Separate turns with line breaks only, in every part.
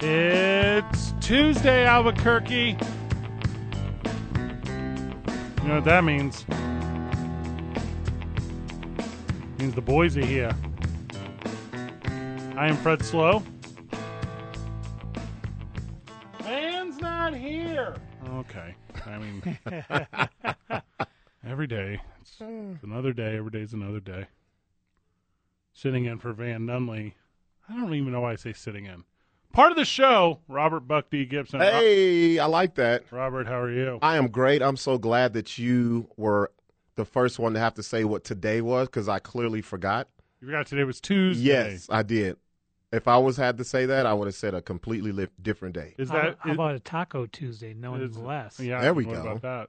It's Tuesday, Albuquerque. You know what that means? means the boys are here. I am Fred Slow. Man's not here. Okay. I mean, every day it's another day. Every day's another day. Sitting in for Van Nunley. I don't even know why I say sitting in. Part of the show, Robert Buck D. Gibson. Ro-
Hey, I like that.
Robert, how are you?
I am great. I'm so glad that you were the first one to have to say what today was because I clearly forgot.
You forgot today was Tuesday.
Yes, I did. If I was had to say that, I would have said a completely li- different day.
Is
How,
that
how about a Taco Tuesday? No
is-
one's less.
Yeah,
There we
what
go.
About that.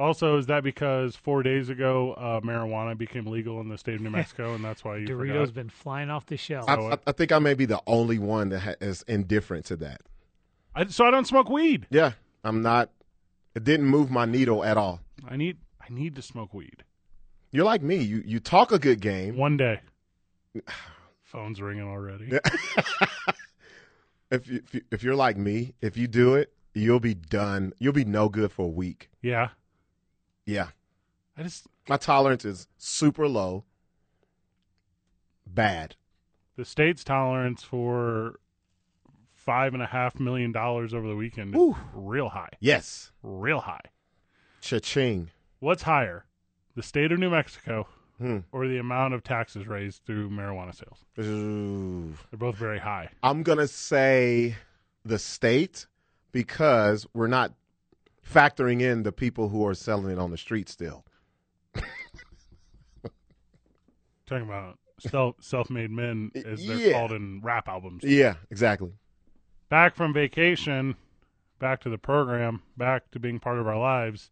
Also, is that because four days ago uh, marijuana became legal in the state of New Mexico, and that's why you
Doritos
forgot?
been flying off the shelf.
I, I, I think I may be the only one that ha- is indifferent to that.
I, so I don't smoke weed.
Yeah, I'm not. It didn't move my needle at all.
I need I need to smoke weed
You're like me. You you talk a good game.
one day. Phone's ringing already.
If you, if you, if you're like me, if you do it, you'll be done. You'll be no good for a week.
Yeah,
Yeah.
I just
My tolerance is super low. Bad.
the state's tolerance for five and a half million dollars over the weekend is
Ooh.
real high,
Yes.
real high.
Cha-ching.
What's higher, the state of New Mexico
Hmm.
or the amount of taxes raised through marijuana sales?
Ooh.
They're both very high.
I'm gonna say the state because we're not factoring in the people who are selling it on the street still.
Talking about self self-made men as they're
Yeah.
called in rap albums.
Yeah, exactly.
Back from vacation, back to the program, back to being part of our lives.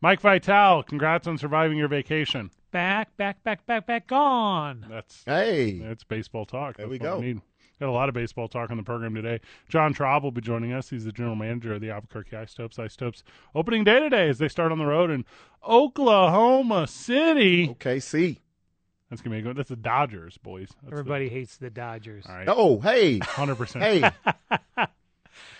Mike Vital, congrats on surviving your vacation.
back, back, back, back, back, gone.
That's
Hey.
that's baseball talk.
There
That's
we
what
go.
need. Got a lot of baseball talk on the program today. John Traub will be joining us. He's the general manager of the Albuquerque Ice Topes. Ice Topes opening day today as they start on the road in Oklahoma City.
Okay, see.
That's gonna be a good. That's the Dodgers, boys. That's the-
Everybody hates the Dodgers.
all right,
Oh, hey.
hundred percent.
Hey.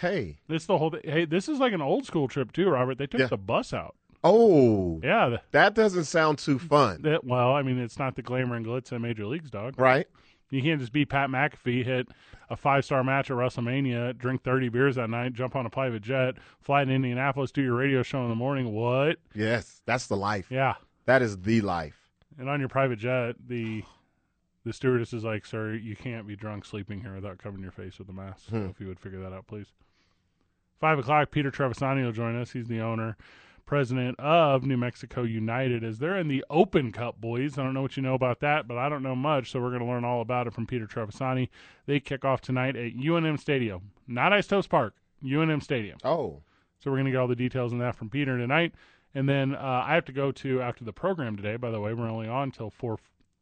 hey.
This the whole hey, this is like an old school trip too, Robert. They took
Yeah.
the bus out.
Oh.
Yeah, th-
That doesn't sound too fun.
that, well, I mean, it's not the glamour and glitz of major leagues, dog.
Right?
You can't just be Pat McAfee, hit a five star match at WrestleMania, drink thirty beers that night, jump on a private jet, fly to Indianapolis, do your radio show in the morning. What?
Yes. That's the life.
Yeah,
That is the life.
and on your private jet, the the stewardess is like, "Sir, you can't be drunk sleeping here without covering your face with a mask." So
Hmm.
if you would figure that out, please. Five o'clock. Peter Trevisani will join us. He's the owner, president of New Mexico United, as they're in the Open Cup, boys. I don't know what you know about that, but I don't know much, so we're going to learn all about it from Peter Trevisani. They kick off tonight at UNM Stadium, not Ice Toast Park, UNM Stadium.
Oh.
So we're going to get all the details on that from Peter tonight. And then uh, I have to go to after the program today. By the way, we're only on till four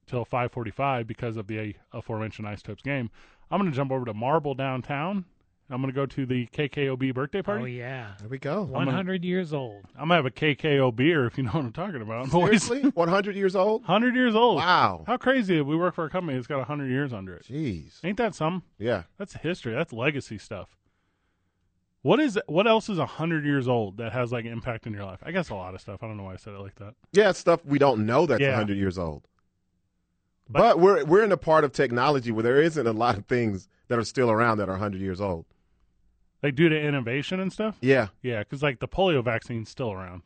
till five forty five because of the aforementioned Isotopes game. I'm going to jump over to Marble downtown. I'm going to go to the KKOB birthday party.
Oh yeah,
There we go.
one hundred years old.
I'm going to have a KKO beer if you know what I'm talking about. Boys,
Seriously? 100 years old?
hundred years old.
Wow.
How crazy that we work for a company that's got hundred years under it.
Jeez.
Ain't that some?
Yeah.
That's history. That's legacy stuff. What is what else is hundred years old that has like impact in your life? I guess a lot of stuff. I don't know why I said it like that.
Yeah, it's stuff we don't know that's
Yeah.
100 years old.
But-
But, we're we're in a part of technology where there isn't a lot of things that are still around that are 100 years old.
Like due to innovation and stuff.
Yeah,
Yeah, because like the polio vaccine's still around.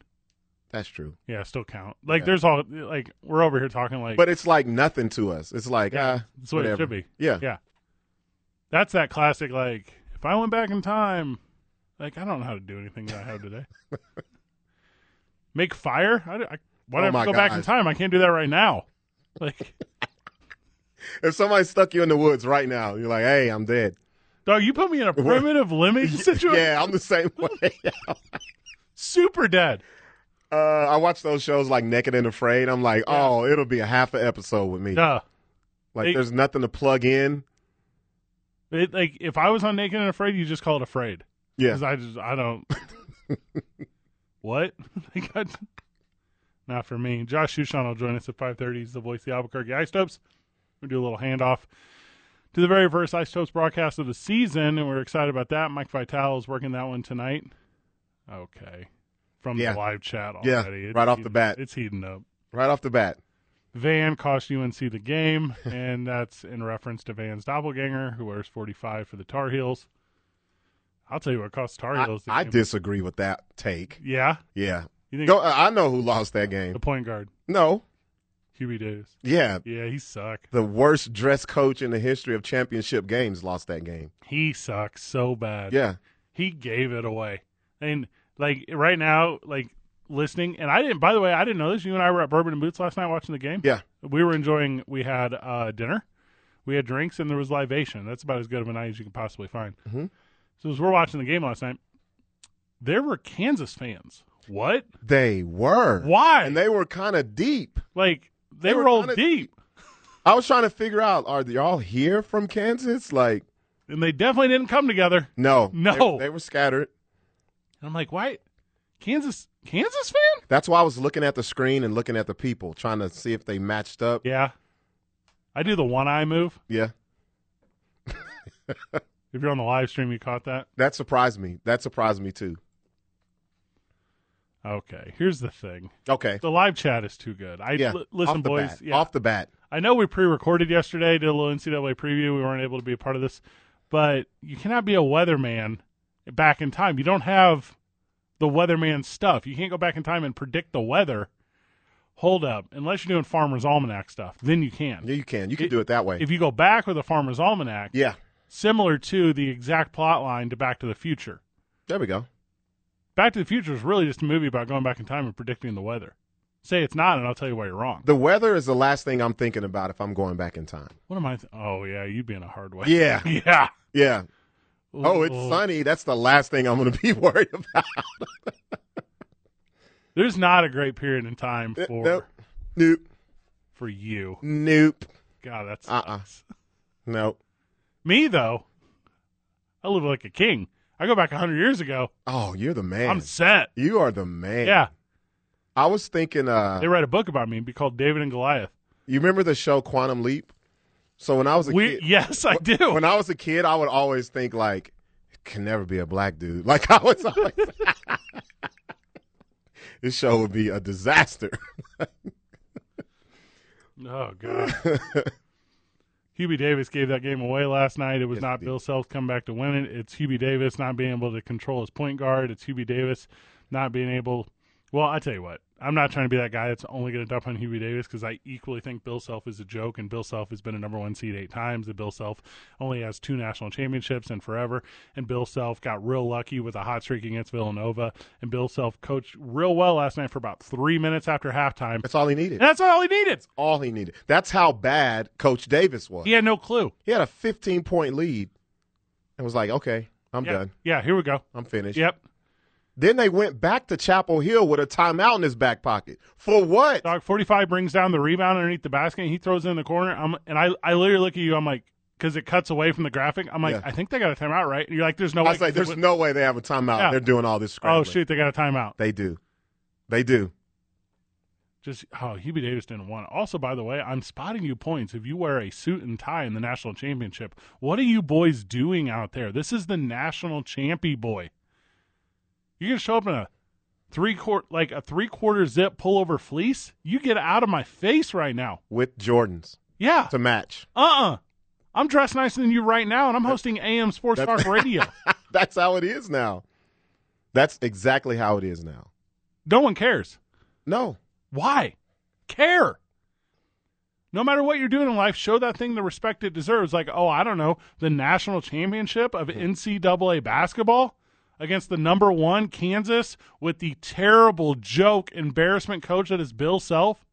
that's true.
Yeah, still count. Like
Yeah.
there's all like we're over here talking like
But it's like nothing to us. It's like
Yeah,
uh,
that's what it
whatever.
should be.
Yeah.
yeah. That's that classic like if I went back in time, like I don't know how to do anything that I have today. Make fire? I, I, why do I
Oh
have to
my
go back in
gosh.
time? I can't do that right now. Like
If somebody stuck you in the woods right now, you're like, "Hey, I'm dead."
Dog, you put me in a primitive lemming situation.
yeah, I'm the same way.
Super dead.
uh, I watch those shows like Naked and Afraid. I'm like, oh, it'll be a half an episode with me.
Duh.
Like,
It-
there's nothing to plug in.
It, like if I was on Naked and Afraid, you just call it afraid.
Yeah,
Because I just I don't. what? Like, I- Not for me. Josh Shushan will join us at five thirty. He's the voice of the Albuquerque Ice Topes. We do a little handoff to the very first Ice Topes broadcast of the season, and we're excited about that. Mike Vitale is working that one tonight. Okay, from
Yeah.
the live chat
Yeah,
already. It's
right off the
heating-
bat.
it's heating up.
right off the bat.
Van cost UNC the game, and that's in reference to Van's doppelganger, who wears 45 for the Tar Heels. I'll tell you what cost Tar
I,
Heels. the
I
game.
disagree with that take.
Yeah,
Yeah.
you think
No, I I know who lost that
the
game.
point guard
No.
QB Davis?
Yeah.
Yeah, he suck.
The worst dress coach in the history of championship games lost that game.
He sucks so bad.
Yeah.
he gave it away. And like right now, like listening, and I didn't. By the way, I didn't know this. You and I were at Bourbon and Boots last night watching the game.
Yeah.
we were enjoying. We had uh, dinner, we had drinks, and there was libation. That's about as good of a night as you can possibly find.
Mhm.
So as we're watching the game last night, there were Kansas fans. What?
They were.
Why?
And they were kind of deep.
like they,
they were
rolled
kinda-
deep,
I was trying to figure out are y'all here from Kansas? Like,
and they definitely didn't come together.
no.
No.
They, they were scattered.
And I'm like, why? Kansas, Kansas fan?
That's why I was looking at the screen and looking at the people, trying to see if they matched up.
Yeah. I do the one eye move.
Yeah.
If you're on the live stream, you caught that.
That surprised me. That surprised me too.
Okay, here's the thing.
Okay.
The live chat is too good. I
Yeah.
li- listen,
Off the
boys.
Bat.
Yeah,
Off the bat.
I know we pre-recorded yesterday, did a little NCAA preview. We weren't able to be a part of this, but you cannot be a weatherman back in time. You don't have the weatherman stuff. You can't go back in time and predict the weather. Hold up, unless you're doing Farmer's Almanac stuff, then you can.
Yeah, you can. You can
It-
do it that way.
If you go back with a Farmer's Almanac,
yeah.
similar to the exact plot line to Back to the Future.
There we go.
Back to the Future is really just a movie about going back in time and predicting the weather. Say it's not, and I'll tell you why you're wrong.
The weather is the last thing I'm thinking about if I'm going back in time.
What am I? Th- oh yeah, you being a hard way.
Yeah.
yeah.
Yeah. Oh,
Ooh.
it's sunny. That's the last thing I'm going to be worried about.
There's not a great period in time for
Nope. Nope.
for you.
Nope.
God, that's
Uh-uh.
sucks.
Nope.
me though. I live like a king. I go back hundred years ago.
Oh, you're the man.
I'm set.
you are the man.
Yeah,
I was thinking, uh,
they write a book about me. It'd be called David and Goliath.
you remember the show Quantum Leap? So when I was a
We,
kid,
yes, I do.
when I was a kid, I would always think like, it can never be a black dude. Like I was always, this show would be a disaster.
Oh god. Hubie Davis gave that game away last night. It was
Yes,
not
indeed.
Bill Self's comeback to win it. It's Hubie Davis not being able to control his point guard. It's Hubie Davis not being able. Well, I tell you what, I'm not trying to be that guy that's only going to dump on Hubie Davis because I equally think Bill Self is a joke, and Bill Self has been a number one seed eight times. And Bill Self only has two national championships and forever. And Bill Self got real lucky with a hot streak against Villanova. And Bill Self coached real well last night for about three minutes after halftime,
That's all he
and
needed.
that's all he needed.
All he needed. That's how bad Coach Davis was.
He had no clue.
He had a 15 point lead and was like, okay, I'm
yeah.
done.
Yeah, here we go.
I'm finished.
Yep.
Then they went back to Chapel Hill with a timeout in his back pocket. For what?
Dog 45 brings down the rebound underneath the basket and he throws it in the corner. I'm and I I literally look at you, I'm like, because it cuts away from the graphic. I'm like,
Yeah.
I think they got a timeout, right? And you're like, there's no
I
way.
was like, there's
oh
no way they have a timeout.
Yeah. Oh,
They're doing all this scrambling.
shoot, they got a timeout.
They do. They do.
Just oh, Hubie Davis didn't want it. Also, by the way, I'm spotting you points if you wear a suit and tie in the national championship. What are you boys doing out there? This is the national champy boy. You're gonna show up in a three quarter like a three quarter zip pullover fleece? You get out of my face right now.
With Jordans
Yeah.
to match.
Uh-uh. I'm dressed nicer than you right now, and I'm hosting AM Sports
that's-
Talk Radio.
That's how it is now. That's exactly how it is now.
No one cares.
No.
Why? Care. No matter what you're doing in life, show that thing the respect it deserves. Like, oh, I don't know, the national championship
Hmm.
of NCAA basketball against the number one Kansas with the terrible joke embarrassment coach that is Bill Self.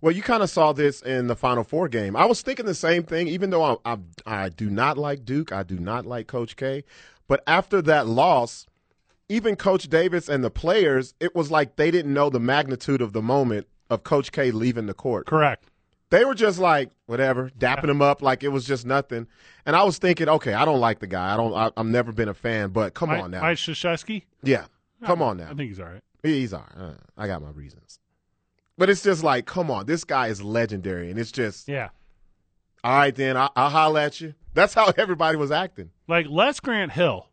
Well, you kind of saw this in the Final Four game. I was thinking the same thing, even though I, I, I do not like Duke. I do not like Coach K. But after that loss, even Coach Davis and the players, it was like they didn't know the magnitude of the moment of Coach K leaving the court.
Correct.
They were just like, whatever, dapping him up like it was just nothing. And I was thinking, okay, I don't like the guy. I don't. I, I've never been a fan, but come
Mike,
on now,
Mike Krzyzewski?
yeah, come on now.
I think he's all right.
He's all right. Uh, I got my reasons. But it's just like, come on, this guy is legendary. And it's just,
Yeah.
all right, then, I- I'll holler at you. That's how everybody was acting.
Like Les Grant Hill,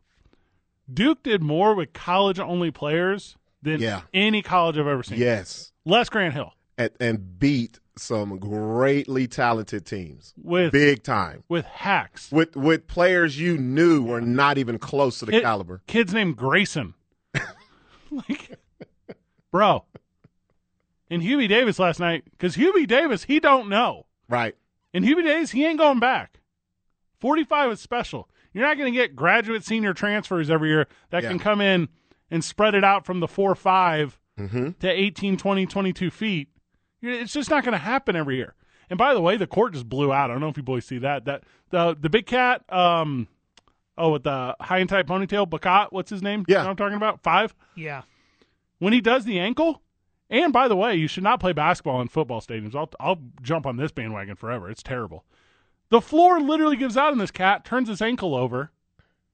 Duke did more with college only players than
Yeah.
any college I've ever seen.
Yes.
Les Grant Hill
And, and beat some greatly talented teams.
with
Big time.
with hacks.
With with players you knew were not even close to the
It-
caliber.
Kid's named Grayson. like, bro. And Hubie Davis last night, because Hubie Davis, he don't know.
Right.
And Hubie Davis, he ain't going back. 45 is special. You're not going to get graduate senior transfers every year that
Yeah.
can come in and spread it out from the 4 5
Mm-hmm.
to 18, 20, 22 feet. You're- It's just not going to happen every year. And by the way, the court just blew out. I don't know if you boys see that. That the the big cat, um, oh, with the high and tight ponytail, Bacot, what's his name? You
Yeah.
know what I'm talking about five.
Yeah.
When he does the ankle, and by the way, you should not play basketball in football stadiums. I'll I'll jump on this bandwagon forever. It's terrible. The floor literally gives out on this cat, turns his ankle over,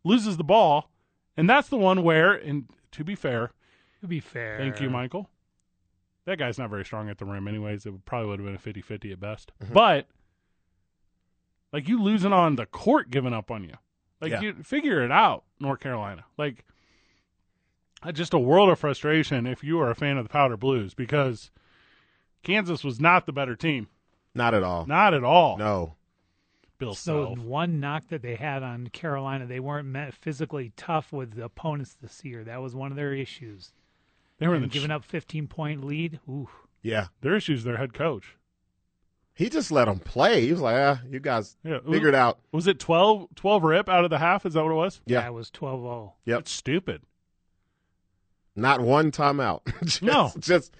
loses the ball, and that's the one where, and to be fair,
To be fair.
Thank you, Michael. That guy's not very strong at the rim, anyways. It would- probably would have been a 50 50 at best. But, like, you losing on the court giving up on you. Like,
Yeah.
you figure it out, North Carolina. Like, uh, just a world of frustration if you are a fan of the Powder Blues because Kansas was not the better team.
Not at all.
Not at all.
No.
Bill
So
Self.
one knock that they had on Carolina, they weren't met physically tough with the opponents this year. That was one of their issues.
They were in the
And giving up 15 point lead. Ooh,
Yeah.
Their issues, their head coach.
He just let them play. He was like, ah, you guys
Yeah.
figure it out.
Was it 12, 12 rip out of the half? Is that what it was?
Yeah.
that was oh. 12-0.
Yep.
That's stupid.
Not one timeout. just,
No.
Just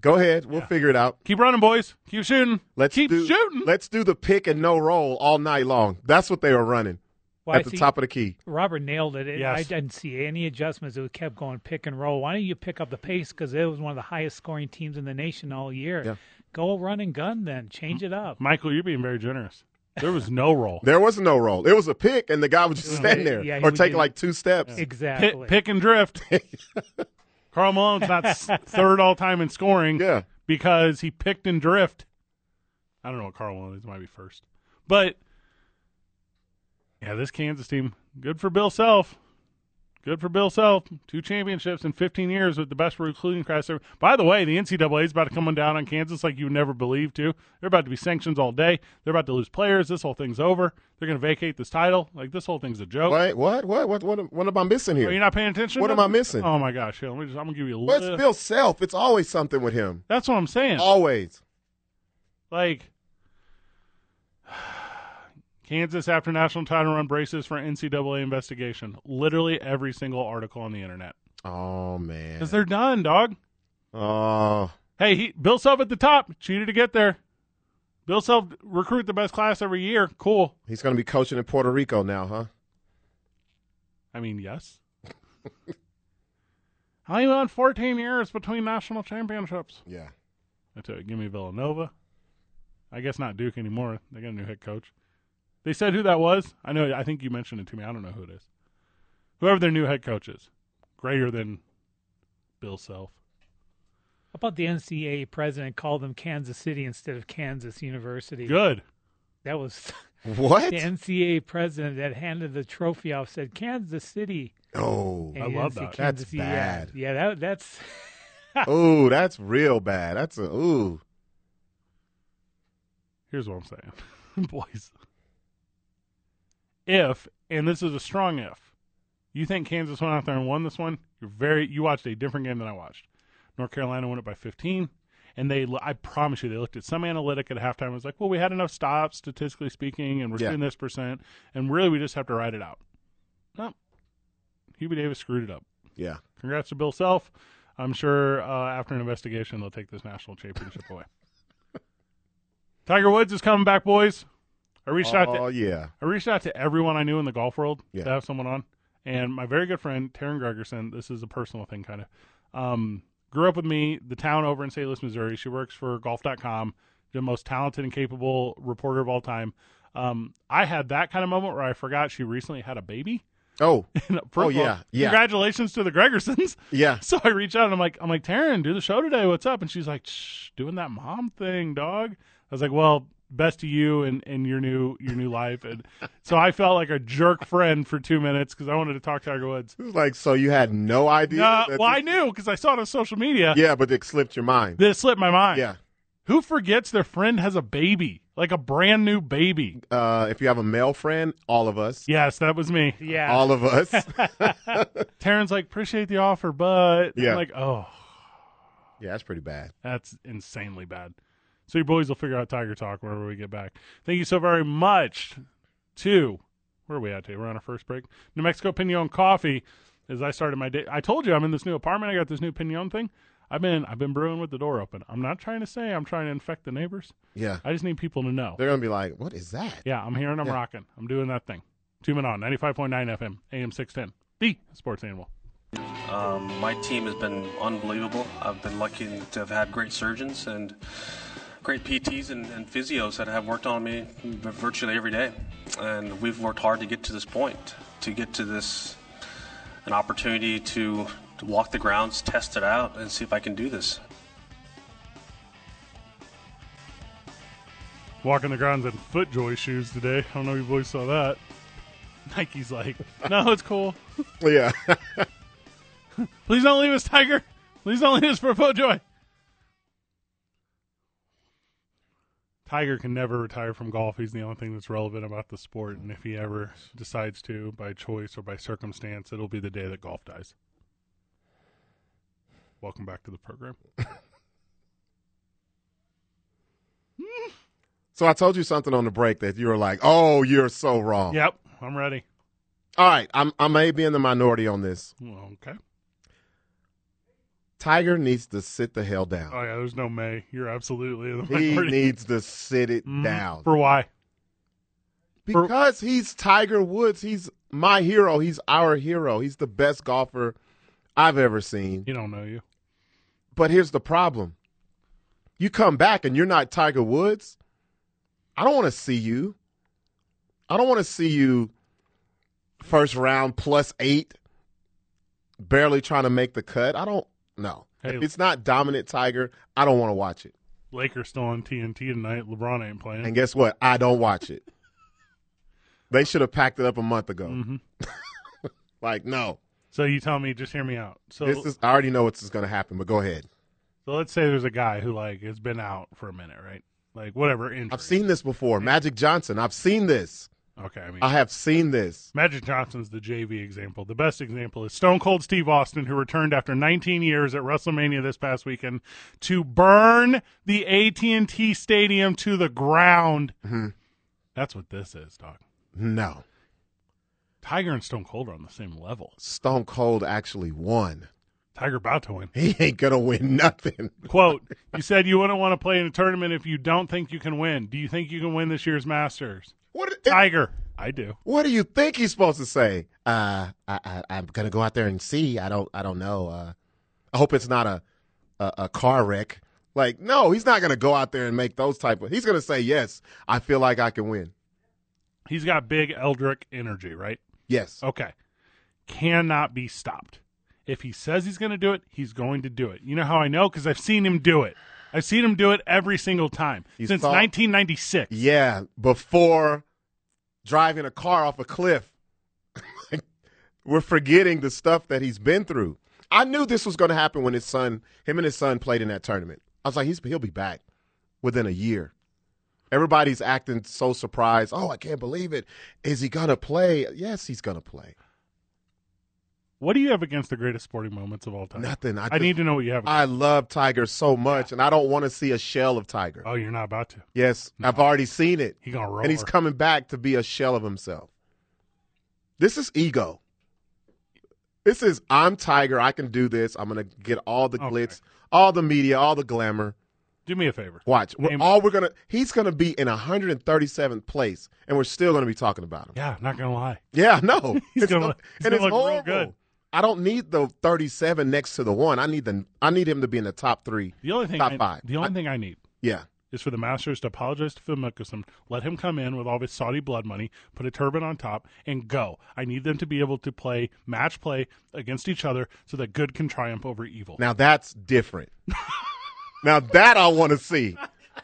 go ahead. We'll figure it out.
Keep running, boys. Keep shooting.
Let's
keep
do,
shooting.
Let's do the pick and no roll all night long. That's what they were running
Well, I
at the
think
top of the key.
Robert nailed it. It- I
Yes.
didn't see any adjustments. It kept going pick and roll. Why don't you pick up the pace? Because it was one of the highest scoring teams in the nation all year.
Yeah.
Go run and gun then. Change it up.
Michael, you're being very generous. There was no roll.
There was no roll. It was a pick, and the guy would just stand there
yeah, he
or
would
take
do-
like two steps.
Exactly.
Pick, pick and drift. Carl Malone's not s- third all time in scoring
Yeah.
because he picked and drift. I don't know what Carl Malone is. Might be first, but yeah, this Kansas team. Good for Bill Self. Good for Bill Self. Two championships in 15 years with the best recruiting class ever. By the way, the NCAA is about to come down on Kansas like you would never believed to. They're about to be sanctions all day. They're about to lose players. This whole thing's over. They're going to vacate this title. Like this whole thing's a joke.
Wait, what? What? What? What? am- What am I missing
Are
here?
you not paying attention?
What am I missing?
Oh my gosh! Here, let me just. I'm gonna give you a
Well,
little.
it's Bill Oh, Self. It's always something with him.
That's what I'm saying.
Always.
Like Kansas after national title run braces for NCAA investigation. Literally every single article on the internet
Oh man.
because they're done, dog.
Oh,
Hey, he, Bill Self at the top cheated to get there. Bill Self recruit the best class every year. Cool.
he's going to be coaching in Puerto Rico now, huh?
I mean, yes. I won 14 years between national championships.
Yeah.
I tell you, give me Villanova. I guess not Duke anymore. They got a new head coach. They said who that was. I know. I think you mentioned it to me. I don't know who it is. Whoever their new head coach is, greater than Bill Self.
How about the NCAA president called them Kansas City instead of Kansas University?
Good.
That was
What?
the NCAA president that handed the trophy off said Kansas City.
Oh.
And
I
you
love
didn't see
that.
That's
Kansas City. Yeah.
bad.
Yeah, that, that's
ooh, that's real bad. That's a ooh.
Here's what I'm saying, boys. If and this is a strong if, you think Kansas went out there and won this one? You're very. You watched a different game than I watched. North Carolina won it by 15. And they, I promise you, they looked at some analytic at halftime. and was like, well, we had enough stops, statistically speaking, and we're
Yeah.
shooting this percent, and really we just have to ride it out. No, Hubie Davis screwed it up.
Yeah.
Congrats to Bill Self. I'm sure uh, after an investigation, they'll take this national championship away. Tiger Woods is coming back, boys. I reached out to
Oh yeah,
I reached out to everyone I knew in the golf world
Yeah.
to have someone on. And my very good friend, Taryn Gregerson, this is a personal thing kind of, um, grew up with me, the town over in St. Louis, Missouri. She works for golf.com, the most talented and capable reporter of all time. Um, I had that kind of moment where I forgot she recently had a baby.
oh
And first
Oh,
of
yeah,
all,
yeah.
Congratulations to the Gregersons.
yeah.
So I reach out and I'm like, I'm like, Taryn, do the show today. What's up? And she's like, Shh, doing that mom thing, dog. I was like, well, best to you and, and your new your new life. And so I felt like a jerk friend for two minutes because I wanted to talk Tiger Woods.
It was like so you had no idea.
Uh,
that
well, I
this-
knew because I saw it on social media.
yeah, but it slipped your mind.
That it slipped my mind.
Yeah,
Who forgets their friend has a baby, like a brand new baby?
uh, if you have a male friend, all of us,
Yes, that was me.
Yeah.
all of us.
Taryn's like, appreciate the offer, but
Yeah.
I'm like, oh,
yeah, that's pretty bad.
That's insanely bad. So your boys will figure out Tiger Talk whenever we get back. Thank you so very much to where are we at today? We're on our first break. New Mexico Pinon Coffee. As I started my day, I told you I'm in this new apartment. I got this new pinon thing. I've been I've been brewing with the door open. I'm not trying to say I'm trying to infect the neighbors.
Yeah,
I just need people to know.
they're gonna be like, "What is that?"
Yeah, I'm here and I'm
Yeah.
rocking. I'm doing that thing. Two men on 95.9 FM, AM 610, the sports animal.
Um, my team has been unbelievable. I've been lucky to have had great surgeons and great PTs and, and physios that have worked on me virtually every day. And we've worked hard to get to this point, to get to this, an opportunity to, to walk the grounds, test it out, and see if I can do this.
walking the grounds in FootJoy shoes today. I don't know if you boys saw that. Nike's like, no, it's cool.
Yeah,
Please don't leave us, Tiger. Please don't leave us for FootJoy. Tiger can never retire from golf. He's the only thing that's relevant about the sport. And if he ever decides to, by choice or by circumstance, it'll be the day that golf dies. Welcome back to the program.
so I told you something on the break that you were like, "Oh, you're so wrong."
Yep, I'm ready.
All right, I'm I may be in the minority on this.
Okay.
Tiger needs to sit the hell down.
Oh yeah, there's no May. You're absolutely in the
He
minority.
needs to sit it
Mhm.
down
For why? for-
because he's Tiger Woods. He's my hero. He's our hero. He's the best golfer I've ever seen.
You don't know you.
But here's the problem: you come back and you're not Tiger Woods. I don't want to see you. I don't want to see you first round plus eight, barely trying to make the cut. I don't. No,
Hey.
if it's not dominant Tiger, I don't want to watch it.
Lakers still on TNT tonight. LeBron ain't playing.
And guess what? I don't watch it. they should have packed it up a month ago.
Mhm.
Like, no,
So you tell me, just hear me out. So,
this is. I already know what's going to happen. But go ahead.
so let's say there's a guy who like has been out for a minute, right? Like whatever injury.
I've seen this before. Magic Johnson. I've seen this.
Okay, I mean
I have seen this.
Magic Johnson's the JV example. The best example is Stone Cold Steve Austin, who returned after 19 years at WrestleMania this past weekend to burn the AT&T Stadium to the ground.
Mm-hmm.
That's what this is, Doc.
No,
Tiger and Stone Cold are on the same level.
Stone Cold actually won.
Tiger about to win.
He ain't gonna win nothing.
Quote, you said you wouldn't want to play in a tournament if you don't think you can win. Do you think you can win this year's Masters?
What?
Tiger. I do.
What do you think he's supposed to say? Uh, I, I, I'm gonna go out there and see. I don't. I don't know. Uh, I hope it's not a, a a car wreck. Like, no, he's not gonna go out there and make those type of. He's gonna say yes. I feel like I can win.
He's got big Eldrick energy, right?
Yes.
Okay. Cannot be stopped. If he says he's going to do it, he's going to do it. You know how I know? Because I've seen him do it. I've seen him do it every single time
You
since
saw-
1996.
Yeah. Before driving a car off a cliff, we're forgetting the stuff that he's been through. I knew this was gonna happen when his son, him and his son, played in that tournament. I was like, he's he'll be back within a year. Everybody's acting so surprised. Oh, I can't believe it. Is he gonna play? Yes, he's gonna play.
What do you have against the greatest sporting moments of all time?
Nothing. I,
I,
just-
need to know what you have.
I love Tiger so much, and I don't want to see a shell of Tiger.
oh, you're not about to.
yes, I've already seen it.
He gonna roll.
and he's coming back to be a shell of himself. This is ego. This is I'm Tiger. I can do this. I'm gonna get all the
Okay.
glitz, all the media, all the glamour.
Do me a favor.
Watch. We're
Name-
all we're gonna. He's gonna be in 137th place, and we're still gonna be talking about him.
Yeah, not gonna lie.
Yeah, no.
He's
It's
gonna
no-
look- he's gonna
and it's
look real
horrible.
good.
I don't need the 37 next to the one. I need the. I need him to be in the top three.
The only thing
Top
I,
five.
The only thing I need
Yeah.
is for the Masters to apologize to Phil Mickelson, let him come in with all of his Saudi blood money, put a turban on top, and go. I need them to be able to play match play against each other so that good can triumph over evil.
Now that's different. now that I want to see.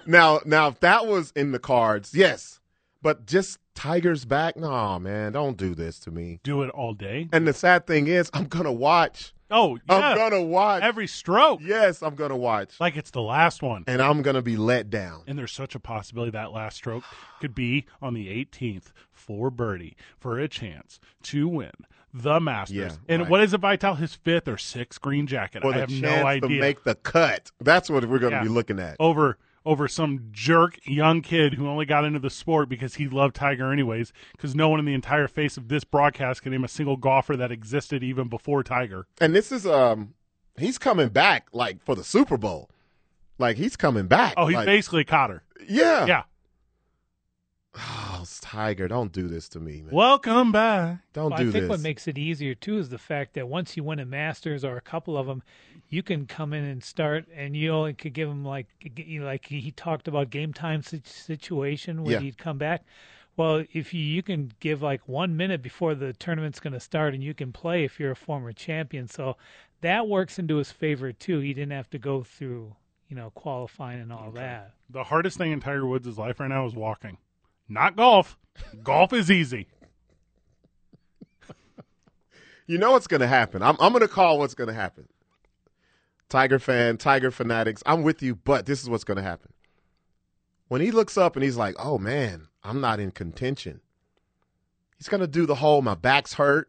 Now, now if that was in the cards, yes. But just Tiger's back, no man, don't do this to me.
Do it all day.
And the sad thing is, I'm gonna watch.
Oh, yeah.
I'm gonna watch.
Every stroke.
yes, I'm gonna watch,
Like it's the last one.
and I'm gonna be let down.
And there's such a possibility that last stroke could be on the 18th for birdie for a chance to win the Masters.
Yeah,
and
right.
what is it, Vital? His fifth or sixth green jacket?
For
I
the
have
chance
no idea.
to make the cut, that's what we're gonna
Yeah.
be looking at.
over over some jerk young kid who only got into the sport because he loved Tiger anyways. Because no one in the entire face of this broadcast can name a single golfer that existed even before Tiger.
And this is um, he's coming back like for the Super Bowl. Like he's coming back.
Oh, he
Like,
basically caught her.
yeah.
Yeah.
Oh, Tiger, don't do this to me, man.
Welcome back.
Don't
Well,
do
I think
this.
what makes it easier too is the fact that once you win a Masters or a couple of them, you can come in and start, and you only could give him like you know, like he he talked about game time sit- situation when
Yeah.
he'd come back. Well, if you, you can give like one minute before the tournament's going to start, and you can play if you're a former champion, so that works into his favor too. He didn't have to go through you know qualifying and all that.
The hardest thing in Tiger Woods' life right now is walking. Not golf. golf is easy.
you know what's going to happen. I'm, I'm going to call what's going to happen. Tiger fan, Tiger fanatics, I'm with you, but this is what's going to happen. When he looks up and he's like, oh man, I'm not in contention, he's going to do the whole my back's hurt,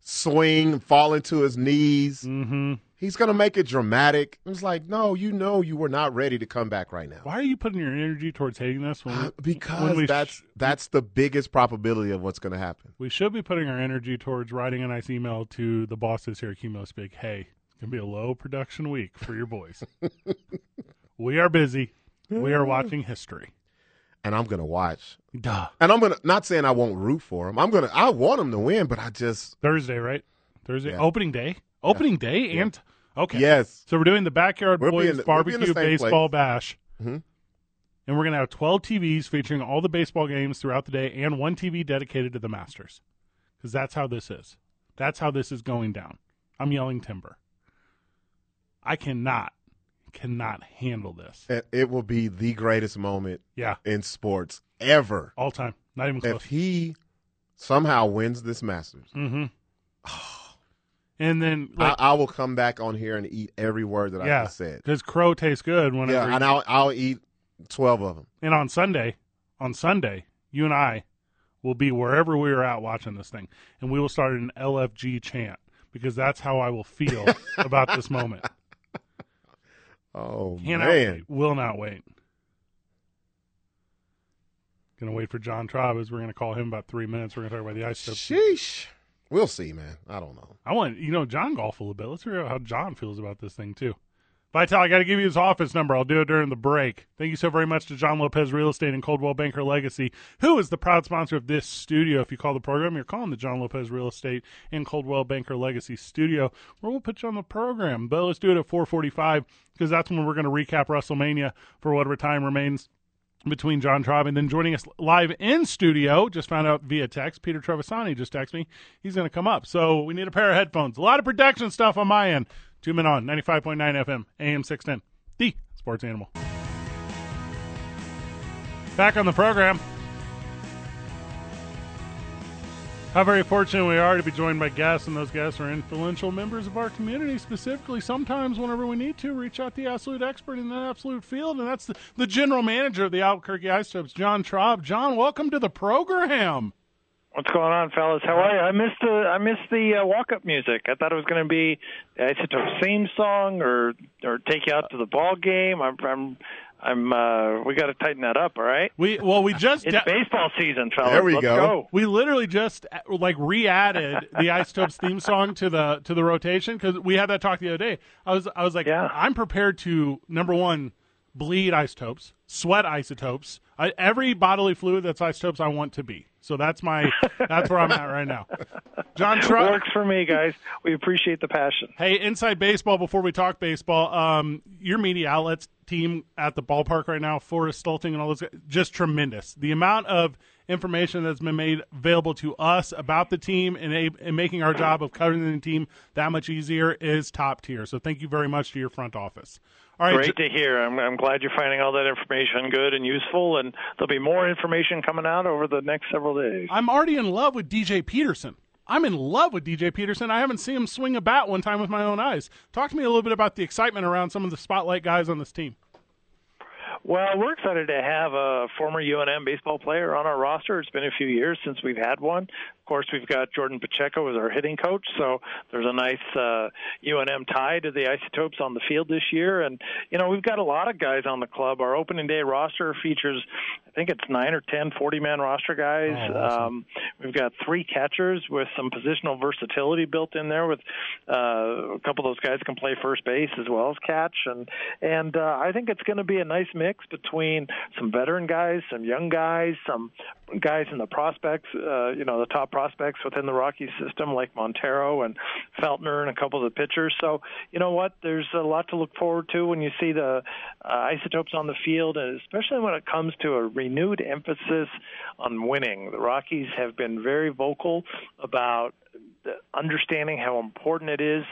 swing, fall into his knees.
Mm-hmm.
He's going to make it dramatic. It's like, no, you know you were not ready to come back right now. Uh,
Why are you putting your energy towards hating this? When we, when
Because
we
that's
sh-
that's the biggest probability of what's going to happen.
we should be putting our energy towards writing a nice email to the bosses here at Chemo Speak. Hey, it's gonna be a low production week for your boys. we are busy. We are watching history.
And I'm going to watch.
Duh.
And I'm gonna not saying I won't root for him. I'm gonna I want him to win, but I just
Thursday, right? Thursday,
Yeah.
opening day, opening day, and okay.
yes.
So we're doing the backyard
We'll be
boys
in the- we'll be in
barbecue
the same
baseball bash,
Mhm.
and we're gonna have twelve TVs featuring all the baseball games throughout the day, and one TV dedicated to the Masters, because that's how this is. That's how this is going down. I'm yelling timber. I cannot, cannot handle this.
It it will be the greatest moment
Yeah,
in sports ever
all time, not even
if
close.
he somehow wins this Masters.
Mm-hmm. And then, like,
I, I will come back on here and eat every word that I
yeah,
just said.
because crow tastes good whenever
Yeah,
you
and I'll I'll eat twelve of them.
And on Sunday, on Sunday, you and I will be wherever we are at watching this thing, and we will start an LFG chant because that's how I will feel about this moment.
Oh
Cannot
man,
wait, will not wait. Gonna wait for John Traub as we're gonna call him about three minutes. We're gonna talk about the ice stuff.
sheesh. We'll see, man. I don't know.
I want you know John golf a little bit. Let's figure out how John feels about this thing too. Vital, I got to give you his office number. I'll do it during the break. Thank you so very much to John Lopez Real Estate and Coldwell Banker Legacy, who is the proud sponsor of this studio. If you call the program, you're calling the John Lopez Real Estate and Coldwell Banker Legacy studio, where we'll put you on the program. But let's do it at 4:45 because that's when we're going to recap WrestleMania for whatever time remains between John Traub and then joining us live in studio. Just found out via text. Peter Trevisani just texted me. He's going to come up. So we need a pair of headphones. A lot of production stuff on my end. Two men on 95.9 FM, AM 610. The Sports Animal. Back on the program. How very fortunate we are to be joined by guests, and those guests are influential members of our community. Specifically, sometimes whenever we need to, reach out to the absolute expert in that absolute field, and that's the, the general manager of the Albuquerque Ice Tubs, John Traub. John, welcome to the program.
What's going on, fellas? How are you? I missed the I missed the uh, walk up music. I thought it was going to be uh, it's a same song or or take you out to the ball game. I'm I'm I'm uh, we got to tighten that up. All right,
We well, we just
it's baseball season, fellas.
There we
Let's
go.
go.
we literally just uh, like re-added the Ice Tubs theme song to the to the rotation because we had that talk the other day. I was I was like,
Yeah.
I'm prepared to number one bleed isotopes, sweat isotopes, I, every bodily fluid that's isotopes I want to be. So that's my that's where I'm at right now. John Trout.
Works for me, guys. We appreciate the passion.
Hey, inside baseball. Before we talk baseball, um, your media outlets team at the ballpark right now, Forrest Stulting and all those, guys, just tremendous. The amount of information that's been made available to us about the team and, a- and making our job of covering the team that much easier is top tier. So thank you very much to your front office. All right,
Great to hear. I'm, I'm glad you're finding all that information good and useful, and there'll be more information coming out over the next several days.
I'm already in love with DJ Peterson. I'm in love with DJ Peterson. I haven't seen him swing a bat one time with my own eyes. Talk to me a little bit about the excitement around some of the spotlight guys on this team.
Well, we're excited to have a former UNM baseball player on our roster. It's been a few years since we've had one. Of course, we've got Jordan Pacheco as our hitting coach, so there's a nice uh, UNM tie to the isotopes on the field this year. And, you know, we've got a lot of guys on the club. Our opening day roster features, I think it's nine or ten 40 man roster guys. um, we've got three catchers with some positional versatility built in there, with uh, a couple of those guys can play first base as well as catch. And, and uh, I think it's going to be a nice mix between some veteran guys, some young guys, some guys in the prospects, uh, you know, the top prospects within the Rockies system like Montero and Feltner and a couple of the pitchers. So, you know what? There's a lot to look forward to when you see the uh, isotopes on the field, and especially when it comes to a renewed emphasis on winning. The Rockies have been very vocal about the- understanding how important it is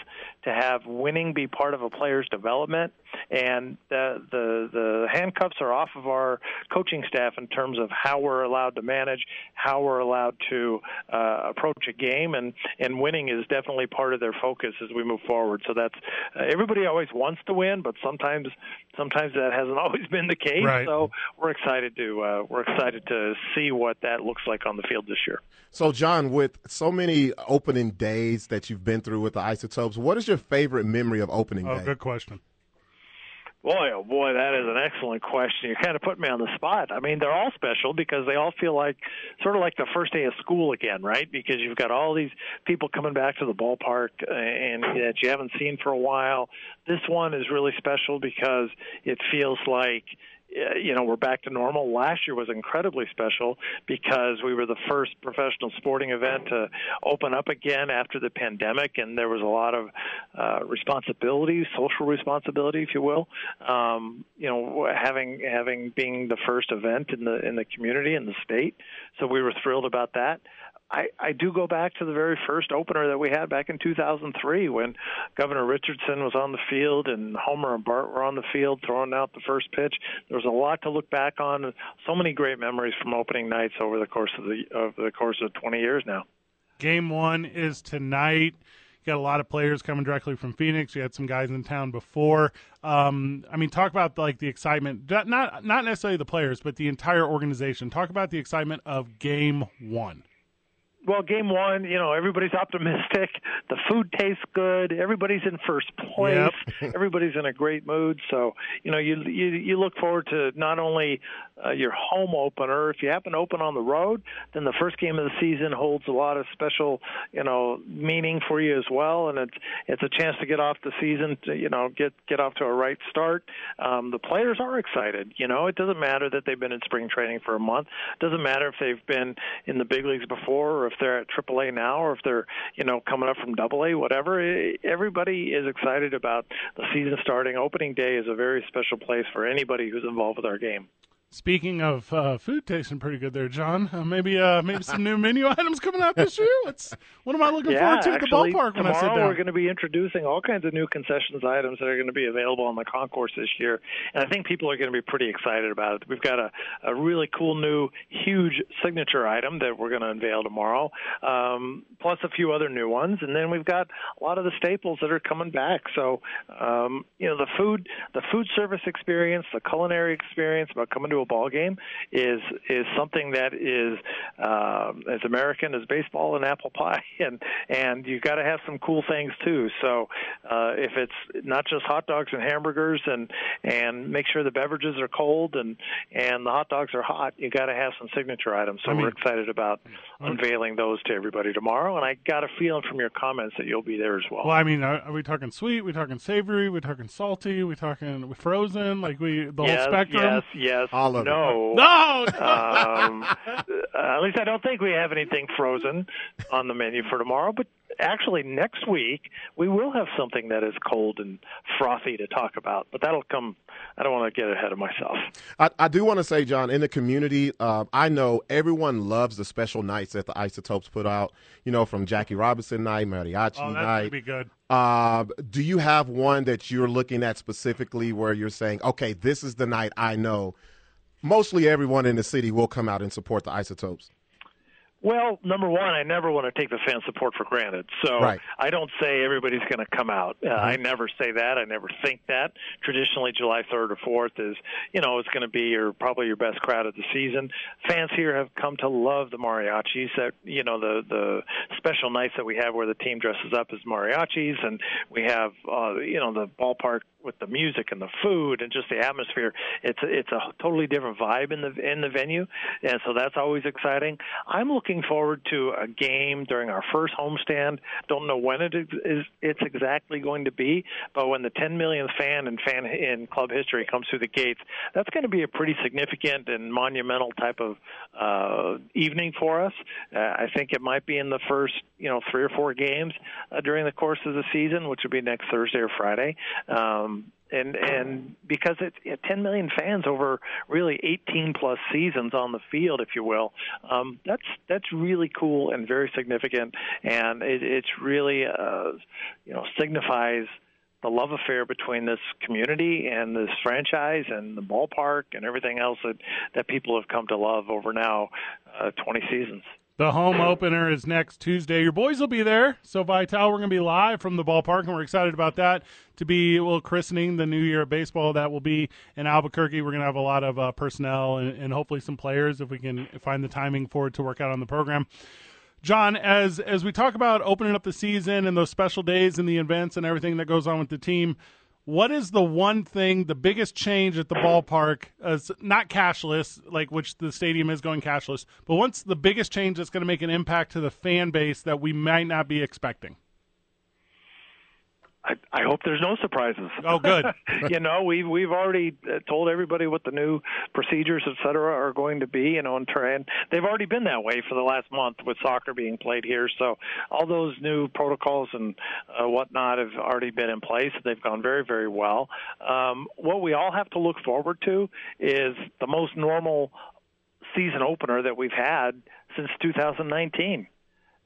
to have winning be part of a player's development, and the the, the handcuffs are off of our coaching staff in terms of how we're allowed to manage, how we're allowed to uh, approach a game, and and winning is definitely part of their focus as we move forward. So that's uh, everybody always wants to win, but sometimes sometimes that hasn't always been the case.
Right.
So we're excited to uh, we're excited to see what that looks like on the field this year.
So, John, with so many opening days that you've been through with the Isotopes, what is your favorite memory of opening
Oh,
day?
good question.
Boy, oh boy, that is an excellent question. You kind of put me on the spot. I mean, they're all special because they all feel like sort of like the first day of school again, right? Because you've got all these people coming back to the ballpark uh, and that you haven't seen for a while. This one is really special because it feels like uh, you know we're back to normal last year was incredibly special because we were the first professional sporting event to open up again after the pandemic and there was a lot of uh responsibility social responsibility if you will um you know having having being the first event in the in the community in the state so we were thrilled about that I, I do go back to the very first opener that we had back in 2003 when Governor Richardson was on the field and Homer and Bart were on the field throwing out the first pitch. There was a lot to look back on. So many great memories from opening nights over the course of the over the course of 20 years now.
Game one is tonight. You got a lot of players coming directly from Phoenix. You had some guys in town before. Um, I mean, talk about like the excitement. Not not not necessarily the players, but the entire organization. Talk about the excitement of game one.
well, game one, you know, everybody's optimistic. The food tastes good. Everybody's in first place. everybody's in a great mood. So, you know, you you, you look forward to not only uh, your home opener. If you happen to open on the road, then the first game of the season holds a lot of special, you know, meaning for you as well. And it's it's a chance to get off the season, to, you know, get get off to a right start. Um, the players are excited. You know, it doesn't matter that they've been in spring training for a month. It doesn't matter if they've been in the big leagues before, or if they're at AAA now, or if they're you know coming up from AA, whatever. Eh, Everybody is excited about the season starting. Opening day is a very special place for anybody who's involved with our game.
Speaking of uh, food tasting pretty good there, John. Uh, maybe uh, maybe some new menu items coming out this year. What's what am I looking
yeah,
forward to at the
actually,
ballpark when I sit
tomorrow
down?
we're going to be introducing all kinds of new concessions items that are going to be available on the concourse this year, and I think people are going to be pretty excited about it. We've got a, a really cool new huge signature item that we're going to unveil tomorrow, um, plus a few other new ones, and then we've got a lot of the staples that are coming back. So um, you know the food, the food service experience, the culinary experience about coming to a a ball game is is something that is um as American as baseball and apple pie, and and you got to have some cool things too. So uh, if it's not just hot dogs and hamburgers, and and make sure the beverages are cold and and the hot dogs are hot, you got to have some signature items. So
I mean-
we're excited about unveiling those to everybody tomorrow, and I got a feeling from your comments that you'll be there as well.
Well, I mean, are, are we talking sweet? We talking savory? We talking salty? We talking frozen? Like we the
yes,
whole spectrum?
yes, yes,
All of it.
no.
No.
um, uh, at least I don't think we have anything frozen on the menu for tomorrow. But actually, next week we will have something that is cold and frothy to talk about. But that'll come. I don't want to get ahead of myself.
I, I do want to say, John, in the community, uh, I know everyone loves the special nights that the Isotopes put out. You know, from Jackie Robinson night,
oh,
Mariachi
that's gonna
night.
be good.
Uh, do you have one that you're looking at specifically where you're saying, okay, this is the night I know mostly everyone in the city will come out and support the Isotopes?
Well, number one, I never want to take the fan support for granted. So
Right.
I don't say everybody's going to come out. Uh, I never say that. I never think that. Traditionally, July 3rd or 4th is, you know, it's going to be your probably your best crowd of the season. Fans here have come to love the mariachis. That you know, the the special nights that we have where the team dresses up as mariachis, and we have, uh, you know, the ballpark with the music and the food and just the atmosphere. It's a- it's a totally different vibe in the in the venue, and so that's always exciting. I'm looking forward to a game during our first homestand. Don't know when it is it's exactly going to be, but when the 10 millionth fan in fan in club history comes through the gates, that's going to be a pretty significant and monumental type of uh, evening for us. Uh, I think it might be in the first you know three or four games uh, during the course of the season, which would be next Thursday or Friday. Um, and and because it, it 10 million fans over really 18 plus seasons on the field, if you will, um, that's that's really cool and very significant, and it, it's really uh, you know signifies the love affair between this community and this franchise and the ballpark and everything else that that people have come to love over now uh, 20 seasons.
The home opener is next Tuesday. Your boys will be there. So, Vital, we're going to be live from the ballpark, and we're excited about that to be well christening the new year of baseball. That will be in Albuquerque. We're going to have a lot of uh, personnel and, and hopefully some players if we can find the timing for it to work out on the program. John, as as we talk about opening up the season and those special days and the events and everything that goes on with the team, what is the one thing, the biggest change at the ballpark? As not cashless, like which the stadium is going cashless, but what's the biggest change that's going to make an impact to the fan base that we might not be expecting?
I, I hope there's no surprises.
Oh, good.
you know, we've we've already uh, told everybody what the new procedures, et cetera, are going to be. You know, and, try- and they've already been that way for the last month with soccer being played here. So all those new protocols and uh, whatnot have already been in place. They've gone very very well. Um, what we all have to look forward to is the most normal season opener that we've had since 2019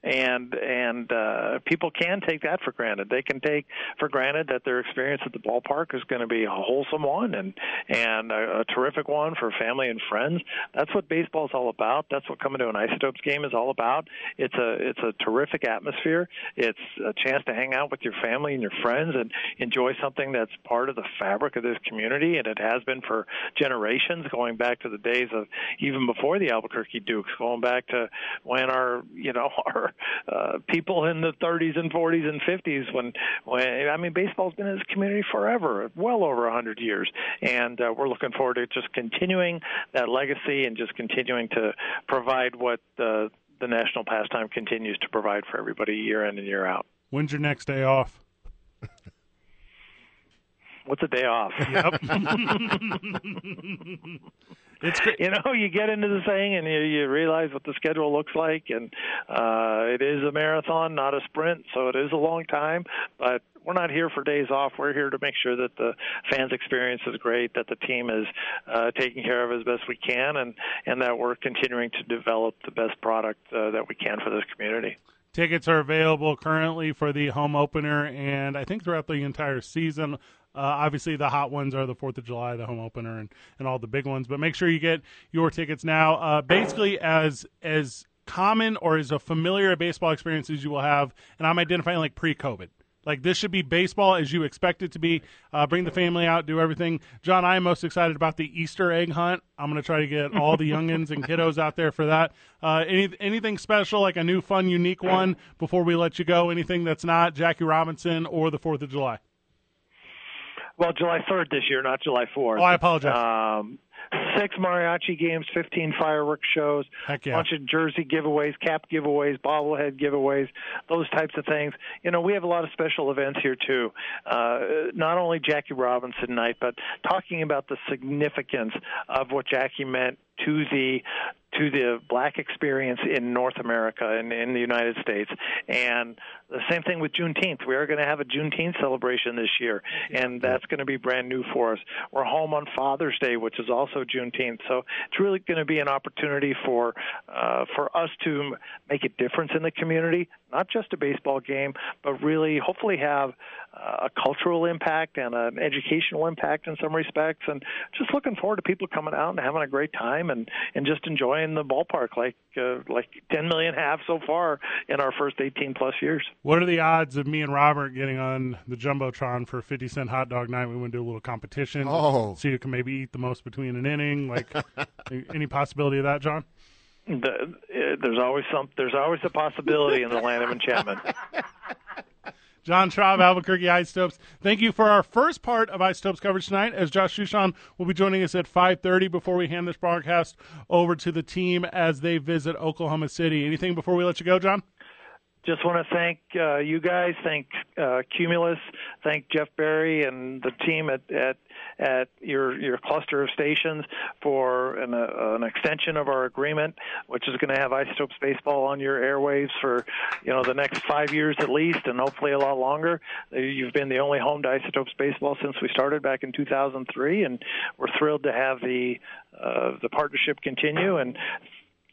and and uh, people can take that for granted. They can take for granted that their experience at the ballpark is going to be a wholesome one and and a, a terrific one for family and friends. That's what baseball's all about. That's what coming to an Isotopes game is all about. It's a it's a terrific atmosphere. It's a chance to hang out with your family and your friends and enjoy something that's part of the fabric of this community, and it has been for generations, going back to the days of even before the Albuquerque Dukes, going back to when our you know our uh, people in the 30s and 40s and 50s when when I mean baseball's been in this community forever, well over 100 years, and uh, we're looking forward to just continuing that legacy and just continuing to provide what the the national pastime continues to provide for everybody year in and year out.
When's your next day off?
What's a day off?
It's great.
you know, you get into the thing and you, you realize what the schedule looks like, and uh, it is a marathon, not a sprint, so it is a long time. But we're not here for days off. We're here to make sure that the fans' experience is great, that the team is uh, taken care of as best we can, and and that we're continuing to develop the best product uh, that we can for this community.
Tickets are available currently for the home opener, and I think throughout the entire season. Uh, obviously, the hot ones are the Fourth of July, the home opener, and, and all the big ones. But make sure you get your tickets now. Uh, basically, as as common or as a familiar a baseball experience as you will have, and I'm identifying like pre-COVID. Like this should be baseball as you expect it to be. Uh, bring the family out, do everything. John, I am most excited about the Easter egg hunt. I'm going to try to get all the youngins and kiddos out there for that. Uh, any anything special, like a new, fun, unique one before we let you go? Anything that's not Jackie Robinson or the Fourth of July?
Well, July 3rd this year, not July 4th.
Oh, I apologize.
Um, six mariachi games, 15 fireworks shows,
Heck yeah.
bunch of jersey giveaways, cap giveaways, bobblehead giveaways, those types of things. You know, we have a lot of special events here, too. Uh, not only Jackie Robinson night, but talking about the significance of what Jackie meant to the to the black experience in North America and in the United States. And the same thing with Juneteenth. We are going to have a Juneteenth celebration this year, and that's going to be brand new for us. We're home on Father's Day, which is also Juneteenth. So it's really going to be an opportunity for uh, for us to m- make a difference in the community, not just a baseball game, but really hopefully have uh, a cultural impact and an educational impact in some respects. And just looking forward to people coming out and having a great time and and just enjoying the ballpark like uh, like 10 million have so far in our first 18 plus years.
What are the odds of me and Robert getting on the jumbotron for fifty cent hot dog night? We want to do a little competition.
Oh.
see who can maybe eat the most between an inning. Like, any possibility of that, John?
The, uh, there's always some there's always a possibility in the land of enchantment.
John Traub, Albuquerque Isotopes. Thank you for our first part of Isotopes coverage tonight. As Josh Shushan will be joining us at 5:30 before we hand this broadcast over to the team as they visit Oklahoma City. Anything before we let you go, John?
Just want to thank uh, you guys, thank uh, Cumulus, thank Jeff Berry and the team at at, at your your cluster of stations for an, uh, an extension of our agreement, which is going to have Isotopes baseball on your airwaves for you know the next five years at least, and hopefully a lot longer. Uh, You've been the only home to Isotopes baseball since we started back in 2003, and we're thrilled to have the uh, the partnership continue and.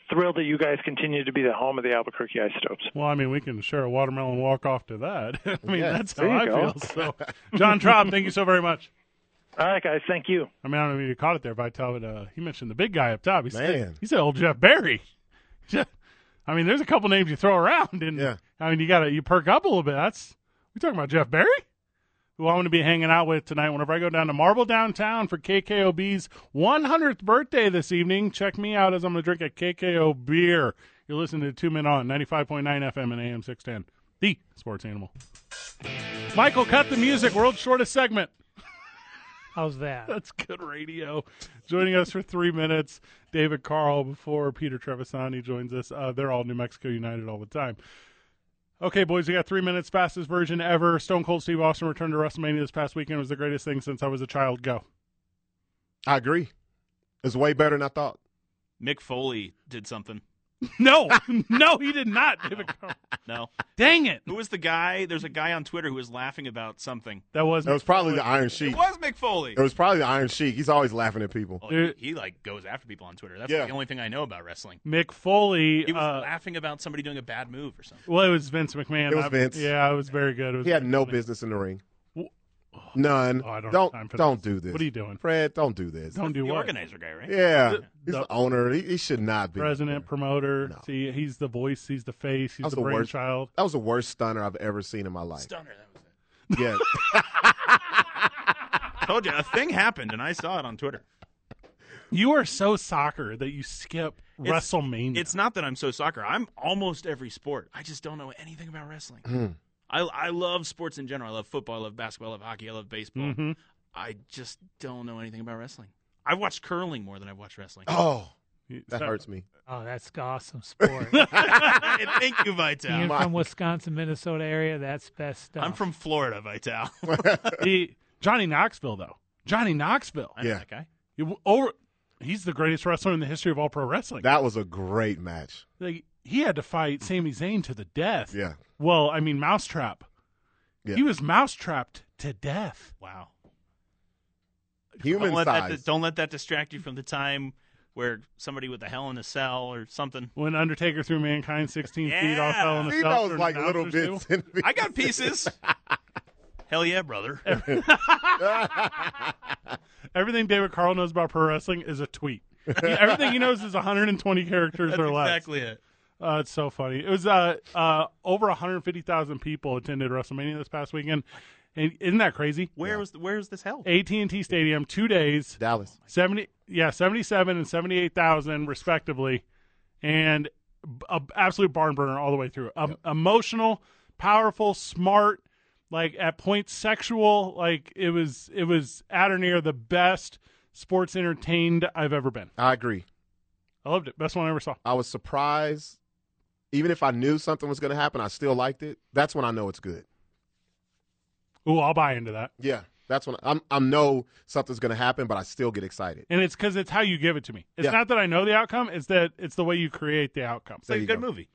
Thrilled that you guys continue to be the home of the Albuquerque Isotopes.
Well, I mean, we can share a watermelon walk off to that. I mean,
Yes,
that's how
there you
I
go.
feel. So, John Traub, thank you so very much.
All right, guys. Thank you.
I mean, I don't know if you caught it there, but I tell it. Uh, he mentioned the big guy up top. He said,
Man.
he said old Jeff Barry. I mean, there's a couple names you throw around, and
Yeah.
I mean, you gotta you perk up a little bit. That's we talking about Jeff Barry, who I'm going to be hanging out with tonight. Whenever I go down to Marble Downtown for KKOB's 100th birthday this evening, check me out as I'm going to drink a KKO beer. You're listening to Two Men on 95.9 FM and AM 610, the Sports Animal. Michael, cut the music. World's shortest segment.
How's that?
That's good radio. Joining us for three minutes, David Carl before Peter Trevisani joins us. Uh, they're all New Mexico United all the time. Okay, boys, we got three minutes. Fastest version ever. Stone Cold Steve Austin returned to WrestleMania this past weekend. It was the greatest thing since I was a child. Go.
I agree. It's way better than I thought.
Mick Foley did something.
No, no, he did not. David Carl.
No.
Dang it.
Who was the guy? There's a guy on Twitter who was laughing about something.
That was
It was probably the Iron
It
Sheik.
was Mick Foley.
It was probably the Iron Sheik. He's always laughing at people.
Oh,
Dude.
he, he, like goes after people on Twitter. That's
Yeah.
the only thing I know about wrestling.
Mick Foley.
He was
uh,
laughing about somebody doing a bad move or something.
well, it was Vince McMahon.
It was
I-
Vince.
Yeah, it was very good. It was
He had no business in the ring.
Wh-
None.
Oh, I don't have time
don't
for this.
don't do this.
What are you doing?
Fred? Don't do this.
Don't do
the
what?
organizer guy, right?
Yeah,
The-
he's
the-
the, owner. He, he should not be
President,
there.
promoter.
No.
See, he's the voice. He's the face. He's
That's
the
the worst.
brainchild.
That was the worst stunner I've ever seen in my life.
Stunner. That was it.
Yeah,
Told you a thing happened, and I saw it on Twitter.
You are so soccer that you skip
It's-
WrestleMania.
It's not that I'm so soccer. I'm almost every sport. I just don't know anything about wrestling.
Hmm.
I I love sports in general. I love football. I love basketball. I love hockey. I love baseball.
Mhm.
I just don't know anything about wrestling. I've watched curling more than I've watched wrestling.
oh,
You-
that
so-
hurts me.
Oh, that's awesome sport.
Thank you,
Being
Vital.
My-
from Wisconsin, Minnesota area, that's best stuff.
I'm from Florida, Vital.
He- Johnny Knoxville, though. Johnny Knoxville.
I know
Yeah.
that guy.
You- over- he's the greatest wrestler in the history of all pro wrestling.
That was a great match.
Like, he had to fight Sami Zayn to the death.
Yeah,
Well, I mean, mousetrap.
Yeah.
He was mousetrapped to death.
Wow.
human
don't, let that,
size.
don't let that distract you from the time where somebody with a hell in a cell or something.
When Undertaker threw Mankind 16 feet
Yeah.
off Hell in a
he
Cell
knows
through
like
an
little
announcer's
bits.
table.
in me.
I got pieces. hell yeah, brother.
Everything David Carl knows about pro wrestling is a tweet. He- Everything he knows is 120 characters
That's
or less.
exactly it.
Uh, it's so funny. It was uh, uh, over 150,000 people attended WrestleMania this past weekend. And isn't that crazy?
Where was where is this held?
AT&T Stadium, two days,
Dallas.
70, yeah, 77 and 78,000 respectively, and b- a absolute barn burner all the way through. Um, Emotional, powerful, smart, like at points sexual. Like it was, it was at or near the best sports entertained I've ever been.
I agree.
I loved it. Best one I ever saw.
I was surprised. Even if I knew something was going to happen, I still liked it. That's when I know it's good.
Ooh, I'll buy into that.
Yeah, that's when I'm. I know something's going to happen, but I still get excited.
And it's because it's how you give it to me. It's
Yeah.
not that I know the outcome. It's that it's the way you create the outcome.
There
It's like
you
a good
go.
movie.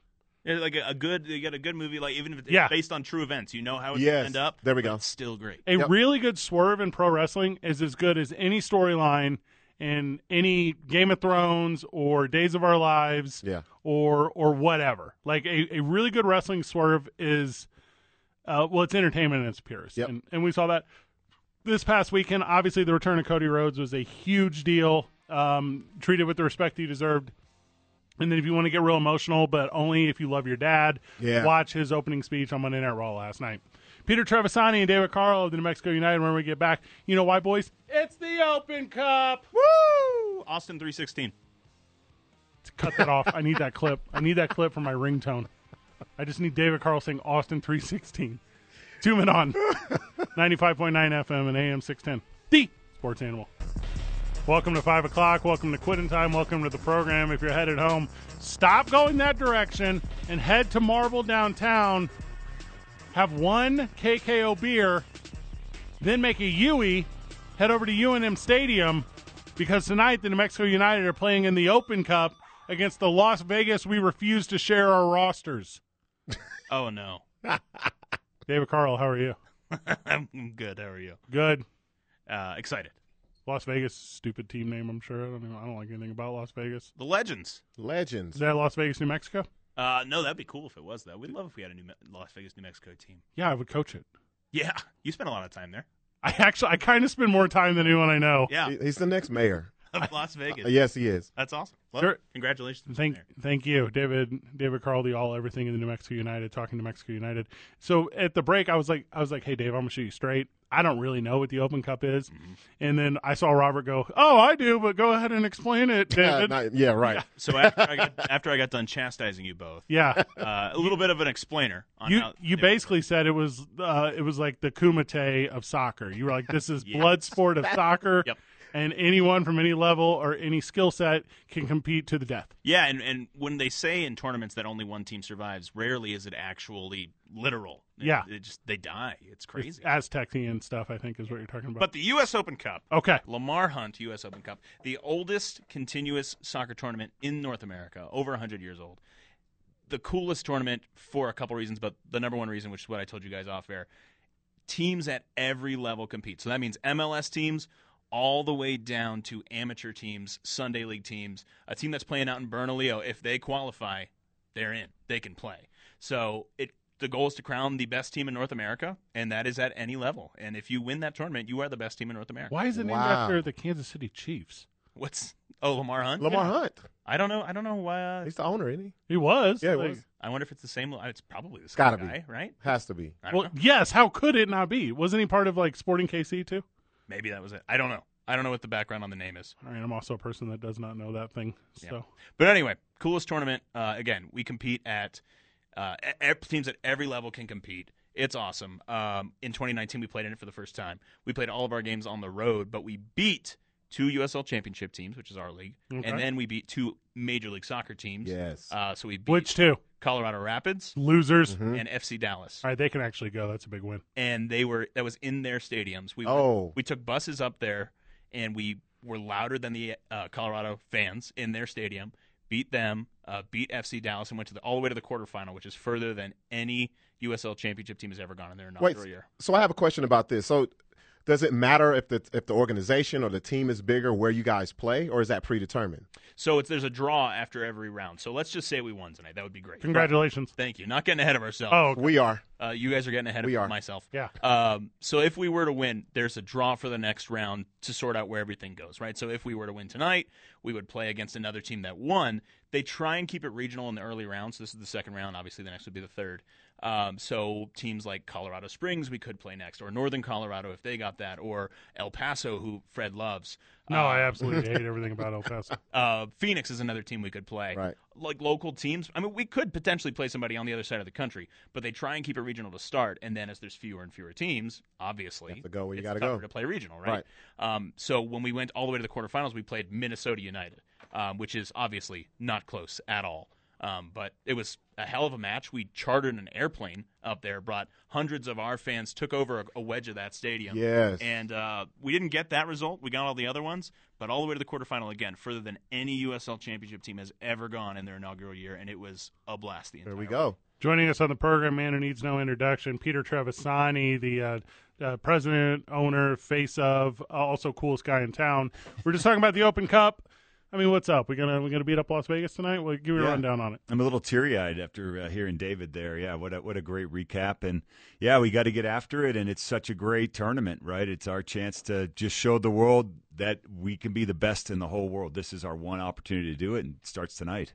Yeah, like a, a good, you got a good movie. Like even if it's
Yeah.
based on true events, you know how it's
Yes.
gonna end up.
There we
but
go.
It's still great.
A
Yep.
really good swerve in pro wrestling is as good as any storyline in any Game of Thrones or Days of Our Lives
Yeah.
or or whatever. Like a, a really good wrestling swerve is uh, well, it's entertainment in its purest,
Yep.
and, and we saw that this past weekend. Obviously, the return of Cody Rhodes was a huge deal. Um, treated with the respect he deserved. And then, if you want to get real emotional, but only if you love your dad,
Yeah.
watch his opening speech on Monday Night Raw last night. Peter Trevisani and David Carl of the New Mexico United. When we get back, you know why, boys? It's the Open Cup.
Woo! Austin three sixteen.
Cut that off. I need that clip. I need that clip for my ringtone. I just need David Carl saying Austin 316. Tune it on 95.9 FM and AM 610. The Sports Animal. Welcome to 5 o'clock. Welcome to Quitting Time. Welcome to the program. If you're headed home, stop going that direction and head to Marble downtown. Have one KKO beer, then make a Yui, head over to UNM Stadium because tonight the New Mexico United are playing in the Open Cup against the Las Vegas. We refuse to share our rosters.
Oh no,
David Carl, how are you?
I'm good. How are you?
Good.
Uh, excited.
Las Vegas, stupid team name, I'm sure. I don't know. I don't like anything about Las Vegas.
The Legends.
Legends.
Is that Las Vegas, New Mexico?
Uh, no, that'd be cool if it was though. We'd love if we had a new Me- Las Vegas, New Mexico team.
Yeah, I would coach it.
Yeah, you spent a lot of time there.
I actually, I kind of spend more time than anyone I know.
Yeah,
He- He's the next mayor. Uh,
of Las Vegas.
Yes, he is.
That's awesome. Love
Sure.
it. Congratulations. on
Thank,
there.
thank you, David. David Carl, the all everything in the New Mexico United, talking to Mexico United. So at the break, I was like, I was like, hey, Dave, I'm gonna shoot you straight. I don't really know what the Open Cup is,
Mm-hmm.
and then I saw Robert go, oh, I do, but go ahead and explain it,
Yeah,
David.
Uh, not- yeah, right.
So after I got after I got done chastising you both,
yeah.
uh, a little bit of an explainer. On
You
how
you basically said it was uh, it was like the kumite of soccer. You were like, this is blood sport of soccer,
Yep.
and anyone from any level or any skill set can compete to the death.
Yeah, and, and when they say in tournaments that only one team survives, rarely is it actually literal. It-
Yeah.
It, just they die. It's crazy.
Aztecian stuff, I think, is what you're talking about.
but the US Open Cup,
okay,
Lamar Hunt US Open Cup, the oldest continuous soccer tournament in North America, over 100 years old. The coolest tournament for a couple reasons, but the number one reason, which is what I told you guys off air, teams at every level compete. So that means MLS teams all the way down to amateur teams, Sunday league teams, a team that's playing out in Bernalillo, if they qualify, they're in. They can play. So it the goal is to crown the best team in North America, and that is at any level. And if you win that tournament, you are the best team in North America.
why is it named
Wow.
after the Kansas City Chiefs?
What's oh Lamar Hunt?
Lamar Hunt.
I don't know. I don't know why. Uh,
He's the owner, isn't he?
He was,
Yeah, he
Like,
was.
I wonder if it's the same. It's probably the same
Gotta be.
guy, right?
Has to be.
I don't
Well,
know.
yes. How could it not be? Wasn't he part of like Sporting KC too?
Maybe that was it. I don't know. I don't know what the background on the name is.
All right, I'm also a person that does not know that thing. So
But anyway, coolest tournament. Uh, again, we compete at uh, e- e- teams at every level can compete. It's awesome. Um, in 2019, we played in it for the first time. We played all of our games on the road, but we beat two USL Championship teams, which is our league,
Okay.
and then we beat two Major League Soccer teams.
Yes.
Uh, so we beat
which two
Colorado Rapids
losers?
Mm-hmm.
and FC Dallas.
All right, they can actually go. That's a big win.
and they were that was in their stadiums. We were-
Oh.
we took buses up there, and we were louder than the uh, Colorado fans in their stadium. Beat them, uh, beat FC Dallas, and went to the, all the way to the quarterfinal, which is further than any USL championship team has ever gone in their
Wait.
inaugural year.
So I have a question about this. So Does it matter if the if the organization or the team is bigger where you guys play, or is that predetermined?
So it's, there's a draw after every round. So let's just say we won tonight. That would be great.
Congratulations.
Thank you. Not getting ahead of ourselves.
Oh, okay.
We are.
Uh, you guys are getting ahead
We
of
are.
myself.
Yeah.
Um, so if we were to win, there's a draw for the next round to sort out where everything goes, right? So if we were to win tonight, we would play against another team that won. They try and keep it regional in the early rounds. So this is the second round. Obviously, the next would be the third. Um, so teams like Colorado Springs we could play next, or Northern Colorado if they got that, or El Paso, who Fred loves.
No, I absolutely hate everything about El Paso.
Uh, Phoenix is another team we could play.
Right.
Like local teams. I mean, we could potentially play somebody on the other side of the country, but they try and keep it regional to start. And then as there's fewer and fewer teams, obviously,
to go where you
it's
gotta
tougher
go.
to play regional, right? Um, so when we went all the way to the quarterfinals, we played Minnesota United, um, which is obviously not close at all. Um, but it was a hell of a match. We chartered an airplane up there, brought hundreds of our fans, took over a, a wedge of that stadium.
Yes.
And uh, we didn't get that result. We got all the other ones, but all the way to the quarterfinal again, further than any USL championship team has ever gone in their inaugural year, and it was a blast. The entire
There we
way.
go.
Joining us on the program, man who needs no introduction, Peter Trevisani, the uh, uh, president, owner, face of, uh, also coolest guy in town. We're just talking about the Open Cup. I mean, what's up? We gonna we gonna beat up Las Vegas tonight? Well, give me a
Yeah.
rundown on it.
I'm a little teary eyed after uh, hearing David there. Yeah, what a, what a great recap, and yeah, we got to get after it. And it's such a great tournament, right? It's our chance to just show the world that we can be the best in the whole world. This is our one opportunity to do it, and it starts tonight.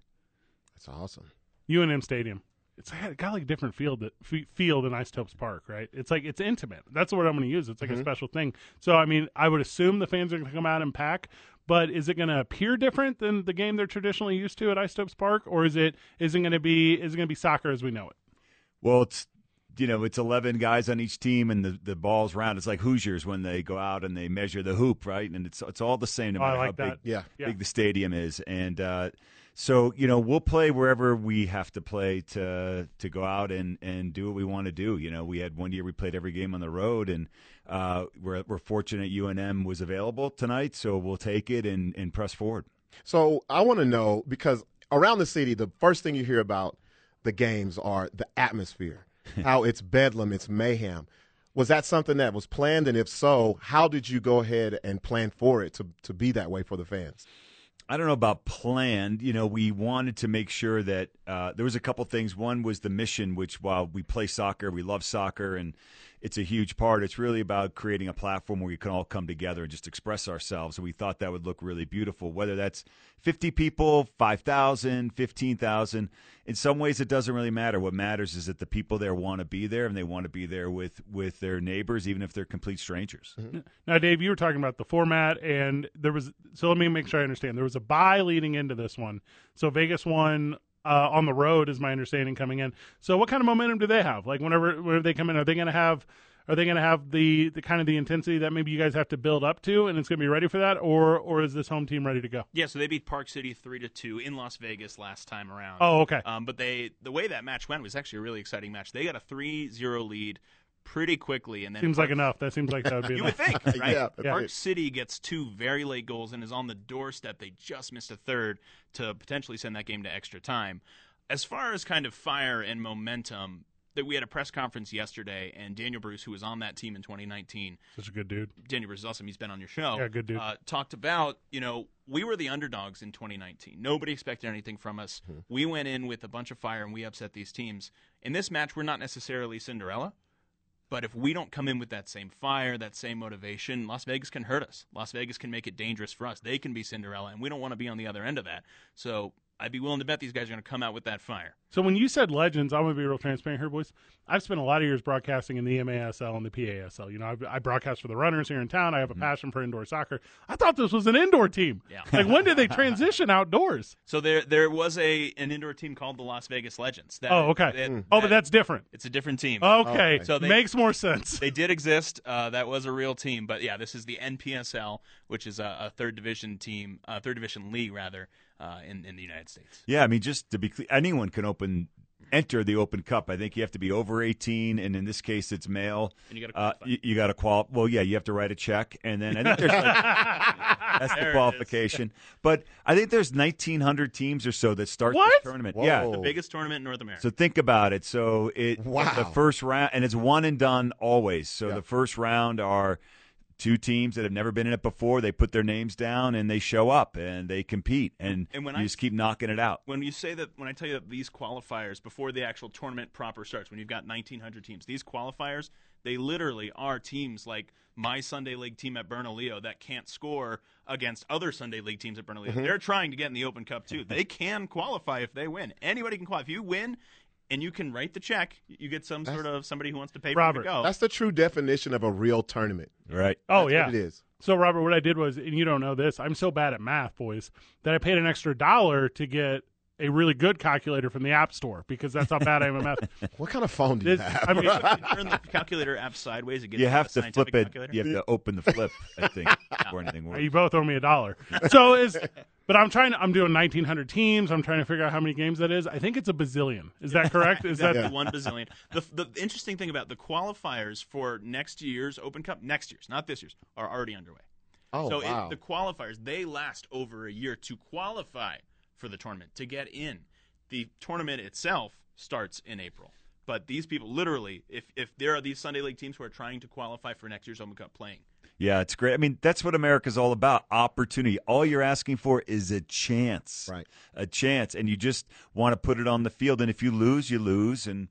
That's awesome.
UNM Stadium. It's got like a different field that, f- feel than Ice Topes Park, right? It's like it's intimate. That's the word I'm going to use. It's like a special thing. So I mean, I would assume the fans are going to come out and pack, but is it going to appear different than the game they're traditionally used to at Ice Topes Park, or is it is it going to be is it going to be soccer as we know it?
Well, it's you know it's 11 guys on each team, and the, the ball's round. It's like Hoosiers when they go out and they measure the hoop, right? And it's it's all the same. No
Oh, I
matter
like
how big,
that.
Yeah.
Yeah.
big the stadium is, and uh, so you know we'll play wherever we have to play to to go out and and do what we want to do. You know, we had one year we played every game on the road, and uh, we're we're fortunate UNM was available tonight, so we'll take it and and press forward.
So I want to know because around the city, the first thing you hear about the games are the atmosphere, how it's bedlam, it's mayhem. Was that something that was planned? And if so, how did you go ahead and plan for it to, to be that way for the fans?
I don't know about planned. You know, we wanted to make sure that uh, there was a couple things. One was the mission, which while we play soccer, we love soccer, and it's a huge part. It's really about creating a platform where we can all come together and just express ourselves. And we thought that would look really beautiful, whether that's 50 people, 5,000, 15,000. In some ways, it doesn't really matter. What matters is that the people there want to be there, and they want to be there with with their neighbors, even if they're complete strangers.
Now, Dave, you were talking about the format, and there was so let me make sure I understand. There was a buy leading into this one, so Vegas won uh, on the road, is my understanding coming in. So, what kind of momentum do they have? Like, whenever whenever they come in, are they going to have are they going to have the the kind of the intensity that maybe you guys have to build up to, and it's going to be ready for that, or or is this home team ready to go?
Yeah, so they beat Park City three to two in Las Vegas last time around.
Oh, okay.
Um, but they the way that match went was actually a really exciting match. They got a 3-0 lead pretty quickly, and then
Seems
Park
like enough. That seems like that would be
Uh, You
enough.
would think, right?
Yeah,
Yeah.
Park City gets two very late goals and is on the doorstep. They just missed a third to potentially send that game to extra time. As far as kind of fire and momentum, that we had a press conference yesterday, and Daniel Bruce, who was on that team in 2019,
Such a good dude.
Daniel Bruce is awesome. He's been on your show.
Yeah, good dude.
Uh, talked about, you know, we were the underdogs in 2019. Nobody expected anything from us. We went in with a bunch of fire and we upset these teams. In this match, we're not necessarily Cinderella, but if we don't come in with that same fire, that same motivation, Las Vegas can hurt us. Las Vegas can make it dangerous for us. They can be Cinderella, and we don't want to be on the other end of that. So I'd be willing to bet these guys are going to come out with that fire.
So when you said legends, I'm gonna be real transparent here, boys. I've spent a lot of years broadcasting in the MASL and the PASL. You know, I've, I broadcast for the runners here in town. I have a passion for indoor soccer. I thought this was an indoor team.
Yeah.
Like when did they transition outdoors?
So there, there was a an indoor team called the Las Vegas Legends. That,
Oh, okay.
that-
Oh, but
that-
that's different.
it's a different team.
Okay,
So they-
makes more sense.
they did exist. Uh, that was a real team, but yeah, this is the NPSL, which is a, a third division team, uh, third division league rather, uh, in in the United States.
Yeah, I mean, just to be clear, anyone can open enter the Open Cup. I think you have to be over eighteen, and in this case, it's male.
And you gotta
uh,
qualify.
you, you got to qual. Well, yeah, you have to write a check, and then I think there's like, that's
There it
the
is.
qualification. But I think there's nineteen hundred teams or so that start
What?
this tournament.
Whoa.
Yeah,
The
Biggest tournament in North America.
so think about it. So it
Wow.
the first round, and it's one and done always. So
Yeah.
the first round are two teams that have never been in it before. They put their names down and they show up and they compete and,
And when
you
I-
just keep knocking it out.
When you say that, when I tell you that these qualifiers before the actual tournament proper starts, when you've got 1,900 teams, these qualifiers they literally are teams like my Sunday League team at Bernalillo that can't score against other Sunday League teams at
Mm-hmm.
Bernalillo. They're trying to get in the Open Cup too. They can qualify if they win. Anybody can qualify. If you win and you can write the check, you get some sort of somebody who wants to pay
Robert,
for you to go.
That's the true definition of a real tournament.
Right.
Oh
That's
yeah,
what it is.
So Robert, what I did was, and you don't know this, I'm so bad at math, boys, that I paid an extra dollar to get a really good calculator from the App Store because that's how bad I am at math.
What kind of phone do you
This-
have?
I mean,
You have to turn the calculator app sideways. It gets
You have
a
to
scientific
flip it.
calculator.
You have to open the flip, I think, before anything works.
You both owe me a dollar. So is, but I'm trying. to- I'm doing 1,900 teams. I'm trying to figure out how many games that is. I think it's a bazillion. Is that correct? Is that
exactly one bazillion. The, the interesting thing about the qualifiers for next year's Open Cup, next year's, not this year's, are already underway.
oh
so it-
wow.
the qualifiers they last over a year to qualify for the tournament to get in. The tournament itself starts in April. But these people, literally, if, if there are these Sunday League teams who are trying to qualify for next year's Open Cup playing,
Yeah, it's great. I mean, that's what America's all about opportunity. All you're asking for is a chance.
Right.
A chance. And you just want to put it on the field. And if you lose, you lose and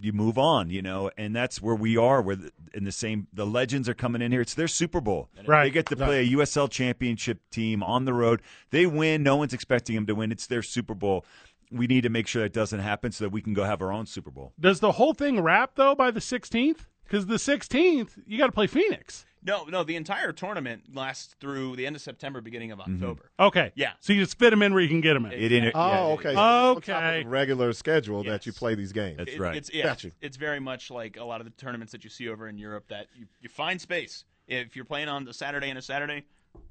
you move on, you know. And that's where we are. We're th- in the same, the legends are coming in here. It's their Super Bowl.
Right.
They get to play a USL championship team on the road. They win. No one's expecting them to win. It's their Super Bowl. We need to make sure that doesn't happen so that we can go have our own Super Bowl.
does the whole thing wrap though by the 16th? Because the 16th, you got to play Phoenix.
no, no, the entire tournament lasts through the end of September, beginning of
Mm-hmm.
October.
Okay.
Yeah.
So you just fit them in where you can get them in.
It inter- yeah,
oh
yeah,
okay.
yeah.
On top of
Okay.
the regular schedule that
Yes.
you play these games.
That's
It-
right.
It's yeah,
Gotcha.
it's- it's very much like a lot of the tournaments that you see over in Europe that you, you find space. If you're playing on a Saturday and a Saturday,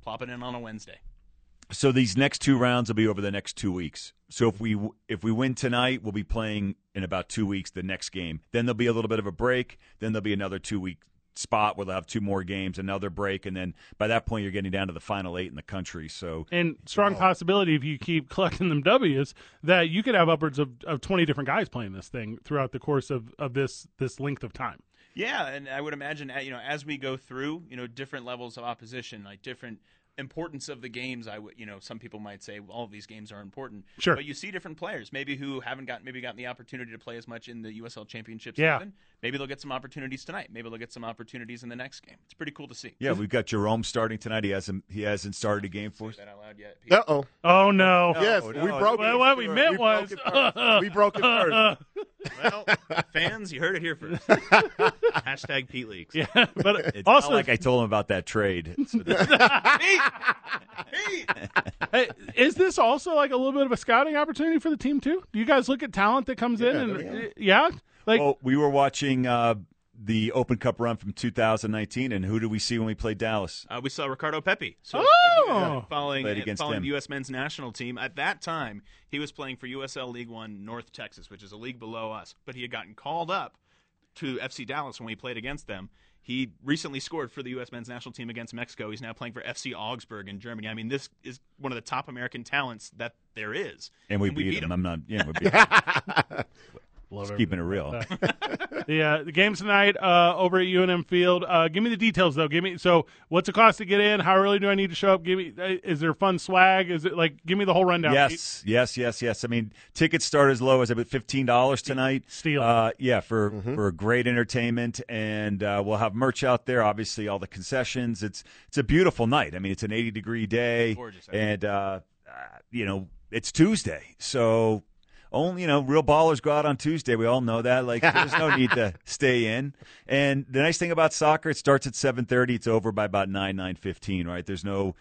plop it in on a Wednesday.
So these next two rounds will be over the next two weeks. So if we if we win tonight, we'll be playing in about two weeks the next game. Then there'll be a little bit of a break. Then there'll be another two week spot where they'll have two more games, another break, and then by that point you're getting down to the final eight in the country. So
And strong possibility if you keep collecting them W's that you could have upwards of, of twenty different guys playing this thing throughout the course of, of this this length of time.
Yeah, and I would imagine uh, you know as we go through, you know, different levels of opposition, like different importance of the games. I would you know some people might say well, all of these games are important.
Sure.
but you see different players maybe who haven't gotten maybe gotten the opportunity to play as much in the USL Championship
Yeah.
season. Maybe they'll get some opportunities tonight. Maybe they'll get some opportunities in the next game. It's pretty cool to see.
yeah, we've got Jerome starting tonight. He hasn't he hasn't started a game for us.
That out loud yet? Pete?
Uh oh.
Oh no.
Yes,
no,
we
no.
broke
Well,
it.
what we meant
we
was
broke it first. we broke it first.
Well, fans, you heard it here first. Hashtag Pete Leaks.
yeah, but
It's
also
not like I told him about that trade. So that-
Hey, is this also like a little bit of a scouting opportunity for the team too? Do you guys look at talent that comes in and yeah, like
well, we were watching uh, the Open Cup run from 2019, and who do we see when we played Dallas?
Uh, we saw Ricardo Pepi. So
Oh!
following,
Played against
following
him.
the U.S. men's national team. At that time, he was playing for USL League One North Texas, which is a league below us. But he had gotten called up to FC Dallas when we played against them. He recently scored for the U.S. men's national team against Mexico. He's now playing for FC Augsburg in Germany. I mean, this is one of the top American talents that there is.
And we, beat, him. I'm not. Yeah, we beat him. Just keeping it real.
the uh, the games tonight uh, over at UNM Field. Uh, give me the details though. Give me so what's the cost to get in? How early do I need to show up? Give me uh, is there fun swag? Is it like give me the whole rundown?
Yes, yes, yes, yes. I mean, tickets start as low as about fifteen dollars tonight.
Steal.
uh, yeah, for for great entertainment, and uh, we'll have merch out there. Obviously, all the concessions. It's it's a beautiful night. I mean, it's an eighty degree day,
Gorgeous.
and uh, uh, you know it's Tuesday, so. Only you know, real ballers go out on Tuesday. We all know that. Like, there's no need to stay in. And the nice thing about soccer, it starts at 7:30. It's over by about 9 9:15. Right? There's no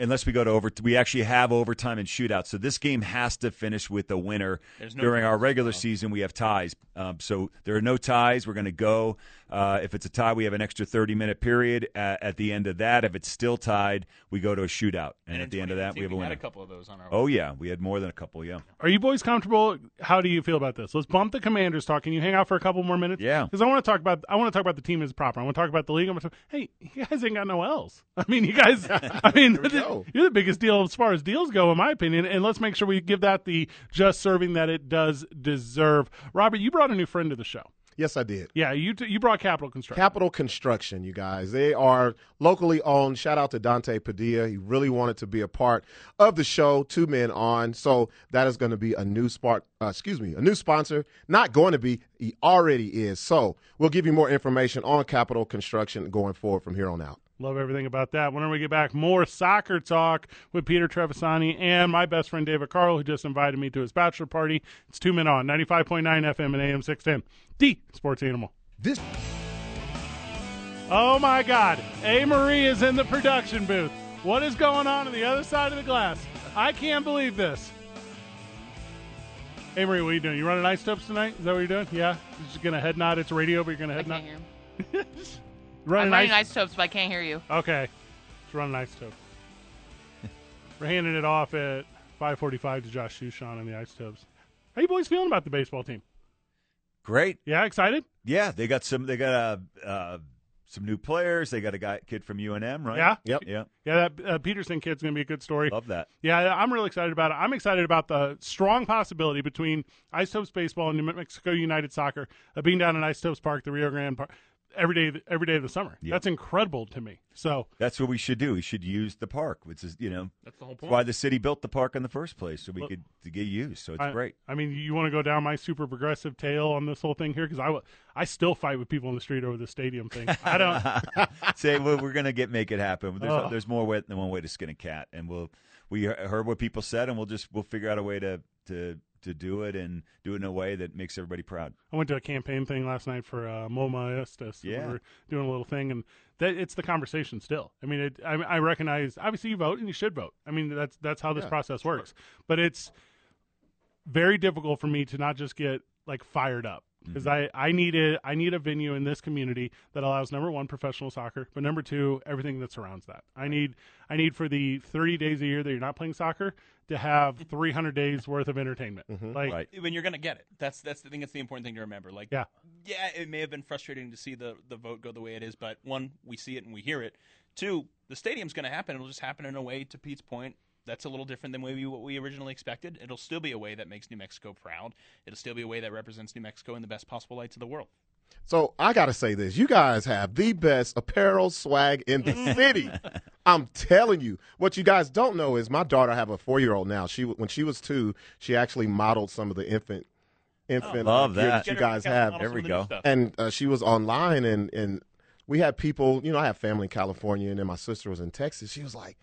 unless we go to over we actually have overtime and shootouts so this game has to finish with a winner during our regular season we have ties um, so there are no ties we're going to go uh, if it's a tie we have an extra 30 minute period uh, at the end of that if it's still tied we go to a shootout and,
in
at the end of that
2019,
we have a
had
winner
a couple of those on our.
oh yeah we had more than a couple yeah
Are you boys comfortable? How do you feel about this? Let's bump the commanders talk. Can you hang out for a couple more minutes?
Yeah.
Because I want to talk about I want to talk about the team as proper. I want to talk about the league. I want to talk, hey, you guys ain't got no L's. I mean, you guys. I mean,
go.
you're the biggest deal as far as deals go, in my opinion. And let's make sure we give that the just serving that it does deserve. Robert, you brought a new friend to the show.
Yes, I did.
Yeah, you t- you brought Capital Construction.
Capital Construction, you guys. They are locally owned. Shout out to Dante Padilla. He really wanted to be a part of the show, Two Men On. So that is going to be a new spot. Uh, excuse me, a new sponsor. Not going to be. He already is. So we'll give you more information on Capital Construction going forward from here on out.
Love everything about that. Whenever we get back, more soccer talk with Peter Trevisani and my best friend David Carl, who just invited me to his bachelor party. It's two men on 95.9 FM and AM 610. D Sports Animal.
This
Oh my God. A Marie is in the production booth. What is going on on the other side of the glass? I can't believe this. A Marie, what are you doing? You running ice tubs tonight? Is that what you're doing? Yeah. You're just going to head nod. It's radio, but you're going to
I
head
can't
nod.
hear him. I'm
Running
running ice tubes, but I can't hear you.
Okay. Let's run an ice tub. We're handing it off at 545 to Josh Sushan and the ice tubs. How you boys feeling about the baseball team?
Great.
Yeah, excited?
Yeah, they got some. They got uh, uh, some new players. They got a guy kid from UNM, right?
Yeah?
Yep.
Yeah.
Yeah, that uh, Peterson kid's going to be a good story.
Love that.
Yeah, I'm really excited about it. I'm excited about the strong possibility between Ice Topes Baseball and New Mexico United Soccer of being down in Ice Topes Park, the Rio Grande Park, every day, every day of the summer.
Yeah.
That's incredible to me. So,
That's what we should do. We should use the park, which is you know
That's the whole
it's
point.
why the city built the park in the first place, so we
Look-
could to get used. So it's
I,
great.
I mean, you want to go down my super progressive tail on this whole thing here because I, w- I still fight with people in the street over the stadium thing. I don't.
Say well, we're gonna get make it happen. There's
Oh.
there's more way than one way to skin a cat, and we'll we he- heard what people said, and we'll just we'll figure out a way to to to do it and do it in a way that makes everybody proud.
I went to a campaign thing last night for uh, MoMA Estes.
Yeah.
We were doing a little thing, and that it's the conversation still. I mean, it, I, I recognize obviously you vote and you should vote. I mean, that's that's how this process works. But it's very difficult for me to not just get like fired up because
Mm-hmm.
I I need a, I need a venue in this community that allows number one professional soccer, but number two everything that surrounds that. I need I need for the 30 days a year that you're not playing soccer to have 300 days worth of entertainment. Like
Mm-hmm. Right.
When you're going to get it. That's that's the thing that's the important thing to remember. Like
Yeah.
yeah, it may have been frustrating to see the the vote go the way it is, but one, we see it and we hear it. Two, the stadium's going to happen. It'll just happen in a way to Pete's point that's a little different than maybe what we originally expected. It'll still be a way that makes New Mexico proud. It'll still be a way that represents New Mexico in the best possible lights of the world.
So I gotta say this: you guys have the best apparel swag in the
Mm.
city. I'm telling you. What you guys don't know is my daughter. I have a four year old now. She when she was two, she actually modeled some of the infant infant
Oh, love
gear
that.
you guys have.
There we go.
And uh, she was online, and and we had people. You know, I have family in California, and then my sister was in Texas. She was like,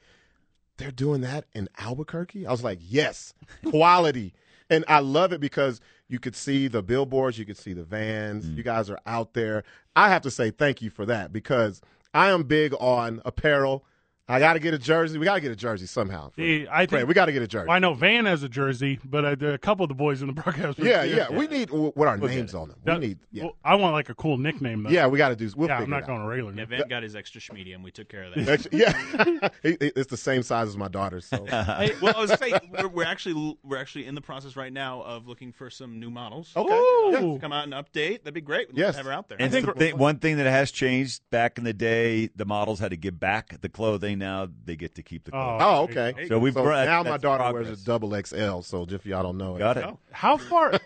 "They're doing that in Albuquerque." I was like, "Yes, quality." And I love it because you could see the billboards, you could see the vans.
Mm.
You guys are out there. I have to say thank you for that because I am big on apparel. I got to get a jersey. We got to get a jersey somehow.
the, I
Fred,
think
we got to get a jersey.
Well, I know Van has a jersey, but uh, there are a couple of the boys in the broadcast.
yeah, yeah, We need w- what our names on them.
That-
we need. Yeah,
well, I want like a cool nickname though.
yeah we got to do. We'll
yeah. I'm
figure it
not
out.
going to regular.
Yeah,
name.
Van got his extra schmedium. We took care of that.
Actually, yeah, It- it- it's the same size as my daughter's. So
Hey, well, I was saying we're, we're actually we're actually in the process right now of looking for some new models.
Ooh.
come out and update. That'd be great. We'd love
Yes.
to have her out there.
And
think
the
we're-
thing- one thing that has changed back in the day, the models had to give back the clothing. Now they get to keep the clothing.
oh, okay.
So we've
so
brought-
now my
that's
daughter wears
progress.
a double XL. So if y'all don't know it,
Got it.
How far?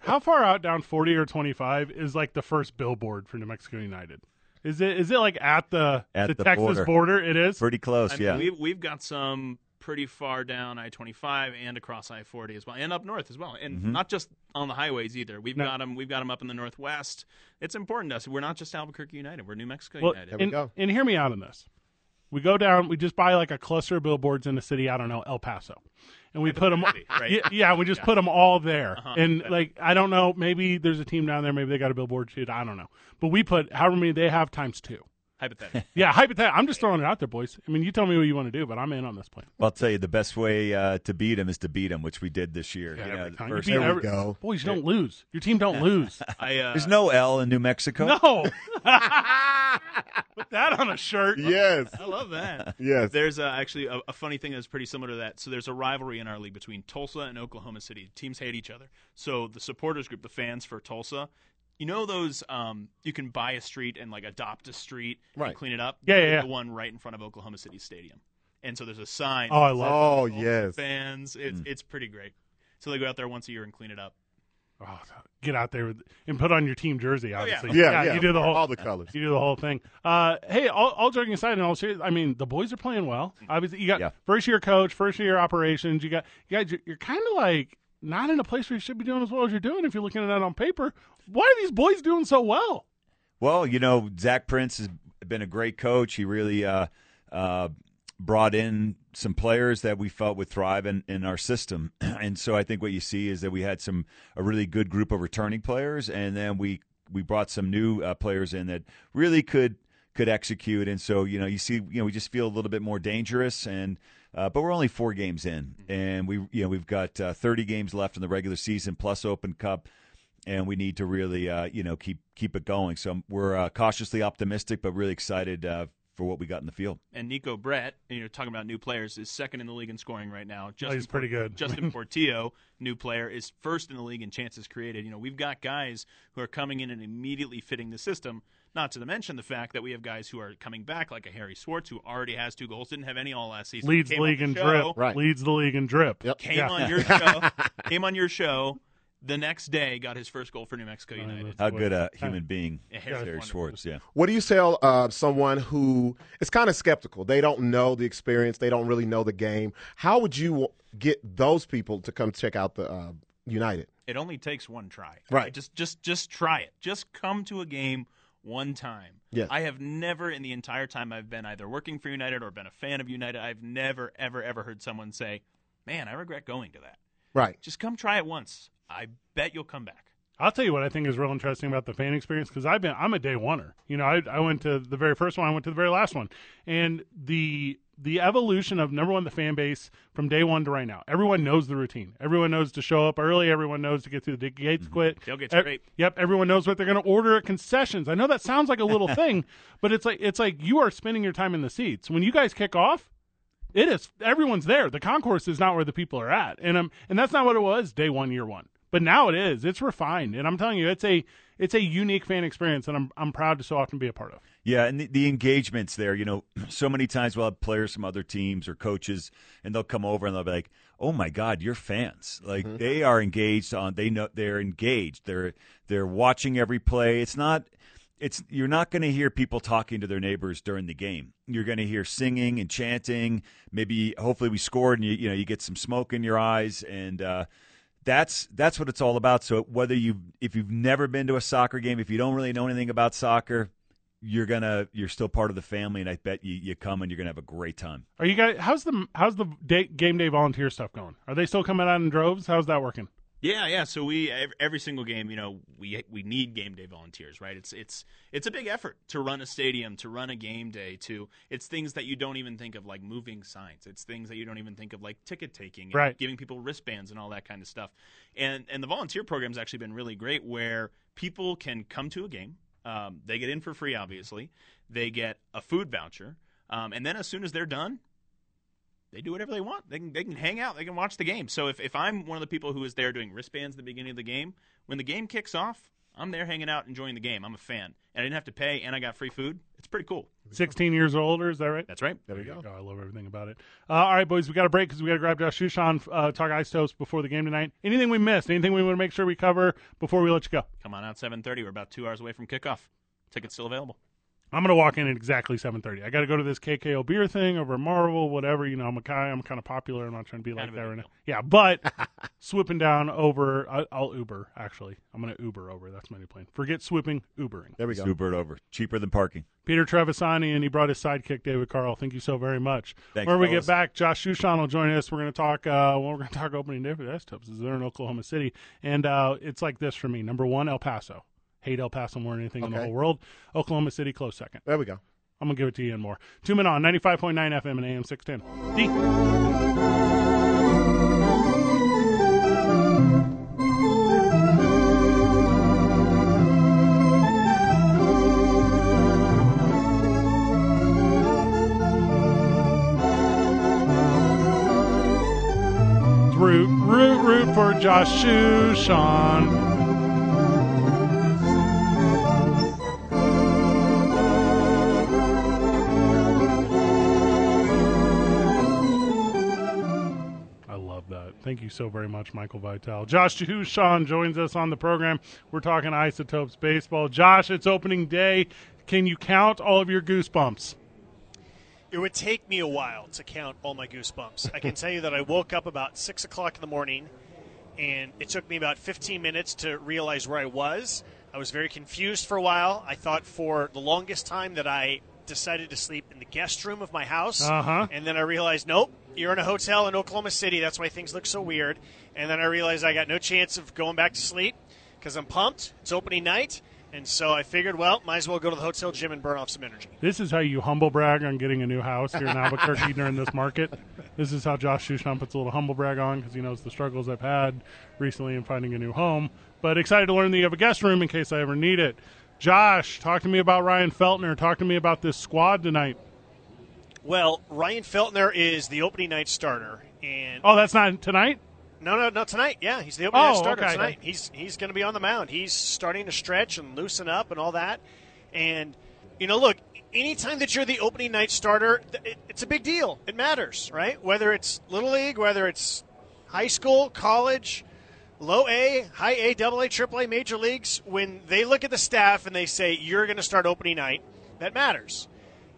how far out down 40 or 25 is like the first billboard for New Mexico United? Is it is it like at the
At
the,
the
Texas border.
border.
It is.
Pretty close,
I mean,
yeah.
we've we've got some pretty far down I twenty five and across I forty as well, and up north as well, and not just on the highways either. We've
No.
got 'em got them. We've got them up in the northwest. It's important to us. We're not just Albuquerque United. We're New Mexico
Well,
United.
There we
and,
go.
and hear me out on this. We go down. We just buy like a cluster of billboards in a city. I don't know El Paso, and we put them.
right?
Yeah, yeah, we just put 'em put them all there, and like I don't know, maybe there's a team down there, maybe they got a billboard shoot, I don't know, but we put however many they have times two.
Hypothetically.
Yeah, hypothetically, I'm just throwing it out there, boys. I mean, you tell me what you want to do, but I'm in on this plan.
Well, I'll tell you, the best way uh, to beat them is to beat them, which we did this year. You know,
Every
the
time.
first-
You beat
There we
every-
go.
Boys, you don't lose. Your team don't lose.
I uh,
There's no L in New Mexico.
no, put that on a shirt.
Yes,
I love that.
yes.
There's uh, actually a, a funny thing that's pretty similar to that. So there's a rivalry in our league between Tulsa and Oklahoma City. Teams hate each other. So the supporters group, the fans for Tulsa, you know those um, you can buy a street and like adopt a street
Right.
and clean it up.
Yeah, yeah,
They're
yeah.
The one right in front of Oklahoma City Stadium. And so there's a sign.
Oh, I love. Mm.
Oh
Tulsa
yes.
Fans, it's it's pretty great. So they go out there once a year and clean it up.
Oh, get out there with, and put on your team jersey.
Oh,
Obviously,
Yeah, yeah,
You do the whole
all the colors.
You do the whole thing. Uh, hey, all, all joking aside, and all serious, I mean, the boys are playing well.
Mm-hmm.
Obviously, you got
Yeah.
first year coach, first year operations. You got you guys. You're, you're kind of like not in a place where you should be doing as well as you're doing if you're looking at it on paper. Why are these boys doing so well?
Well, you know, Zach Prince has been a great coach. He really uh, uh, brought in some players that we felt would thrive in, in our system. And so I think what you see is that we had some a really good group of returning players, and then we we brought some new uh, players in that really could could execute. And so you know, you see, you know, we just feel a little bit more dangerous. And uh, but we're only four games in, and we you know we've got uh, 30 games left in the regular season plus Open Cup and we need to really uh, you know keep keep it going. So we're uh, cautiously optimistic, but really excited uh, for what we got in the field.
And Nico Brett, you know, talking about new players, is second in the league in scoring right now. Justin
Oh, he's pretty good.
Justin Portillo, new player, is first in the league in chances created. You know, we've got guys who are coming in and immediately fitting the system. Not to mention the fact that we have guys who are coming back, like a Harry Swartz, who already has two goals, didn't have any all last season.
Leads the
Came on
league
the
in drip.
show,
Right.
Leads the league in drip.
Yep.
Came
Yeah.
on your show. came on your show. The next day, got his first goal for New Mexico United.
How good a human being,
Yeah, Harry
Harry
Schwartz.
Schwartz. Yeah,
What do you tell uh, someone who is kind of skeptical? They don't know the experience, they don't really know the game. How would you get those people to come check out the uh, United?
It only takes one try.
Right.
Just just just try it. Just come to a game one time.
Yes.
I have never in the entire time I've been either working for United or been a fan of United, I've never ever ever heard someone say, "Man, I regret going to that."
Right.
Just come try it once. I bet you'll come back.
I'll tell you what I think is real interesting about the fan experience because I've been I'm a day oneer. You know, I, I went to the very first one, I went to the very last one, and the the evolution of number one the fan base from day one to right now. Everyone knows the routine. Everyone knows to show up early. Everyone knows to get through the gates quick.
Mm-hmm. Tailgate's
Ev-
great.
Yep, everyone knows what they're going to order at concessions. I know that sounds like a little thing, but it's like it's like you are spending your time in the seats. When you guys kick off, it is everyone's there. The concourse is not where the people are at, and um, and that's not what it was day one, year one. But now it is. It's refined, and I'm telling you, it's a it's a unique fan experience, and I'm I'm proud to so often be a part of.
yeah, and the, the engagements there. You know, so many times we'll have players from other teams or coaches, and they'll come over and they'll be like, "Oh my God, you're fans! Like they are engaged on. They know they're engaged. They're they're watching every play. It's not." it's you're not going to hear people talking to their neighbors during the game. You're going to hear singing and chanting. Maybe hopefully we scored and you, you know you get some smoke in your eyes and uh, that's that's what it's all about. So whether you if you've never been to a soccer game, if you don't really know anything about soccer, you're gonna you're still part of the family, and I bet you you come and you're gonna have a great time.
Are you guys? How's the how's the day, game day volunteer stuff going? Are they still coming out in droves? How's that working?
Yeah, yeah. So we ev- every single game, you know, we we need game day volunteers, right? It's it's it's a big effort to run a stadium, to run a game day, to it's things that you don't even think of like moving signs. It's things that you don't even think of like ticket taking, and
Right.
Giving people wristbands and all that kind of stuff. And and the volunteer program's actually been really great, where people can come to a game, um, they get in for free, obviously, they get a food voucher, um, and then as soon as they're done, they do whatever they want. They can they can hang out. They can watch the game. So if, if I'm one of the people who is there doing wristbands at the beginning of the game, when the game kicks off, I'm there hanging out, enjoying the game. I'm a fan, and I didn't have to pay, and I got free food. It's pretty cool.
Sixteen years or older? Is that right?
That's right.
There you go. I love everything about it. Uh, all right, boys, we got a break because we got to grab Josh Shushan, uh, talk ice toast before the game tonight. Anything we missed? Anything we want to make sure we cover before we let you go?
Come on out 7:30. We're about two hours away from kickoff. Tickets still available.
I'm gonna walk in at exactly 7:30. I got to go to this KKO beer thing over at Marvel, whatever. You know, I'm a guy. I'm kind of popular. I'm not trying to be like
of a
that
big
right now.
deal.
Yeah, but swooping down over. I, I'll Uber actually. I'm gonna Uber over. That's my new plan. Forget swooping, Ubering.
There we go.
Super it over, cheaper than parking.
Peter Trevisani, and he brought his sidekick David Carl. Thank you so very much.
Thanks,
when we
fellas.
get back, Josh Shushan will join us. We're going to talk. Uh, well, we're going to talk opening day for the Tubs. Is there in Oklahoma City? And uh, it's like this for me. Number one, El Paso. Hate El Paso more than anything in the
Okay.
whole world. Oklahoma City, close second.
There we go.
I'm gonna give it to you and more. Two men on 95.9 FM and AM 610. D. Root, root, root for Josh Sean. I love that. Thank you you so very much, Michael Vital. Josh Jehushan joins us on the program. We're talking isotopes baseball. Josh, it's opening day. Can you count all of your goosebumps?
It would take me a while to count all my goosebumps. I can tell you that I woke up about six o'clock in the morning, and it took me about 15 minutes to realize where I was. I was very confused for a while. I thought for the longest time that I decided to sleep in the guest room of my house,
Uh-huh.
and then I realized, nope, you're in a hotel in Oklahoma City. That's why things look so weird. And then I realized I got no chance of going back to sleep because I'm pumped. It's opening night, and so I figured, well, might as well go to the hotel gym and burn off some energy.
This is how you humble brag on getting a new house here in Albuquerque during this market. This is how Josh Shushan puts a little humble brag on because he knows the struggles I've had recently in finding a new home. But excited to learn that you have a guest room in case I ever need it. Josh, talk to me about Ryan Feltner. Talk to me about this squad tonight.
Well, Ryan Feltner is the opening night starter, and
Oh, that's not tonight?
no, no, no, tonight. Yeah, he's the opening
Oh,
night starter
okay.
tonight. He's he's going to be on the mound. He's starting to stretch and loosen up and all that. And you know, look, anytime that you're the opening night starter, th- it, it's a big deal. It matters, right? Whether it's little league, whether it's high school, college, low A, high A, double A, triple A, major leagues, when they look at the staff and they say, you're going to start opening night, that matters.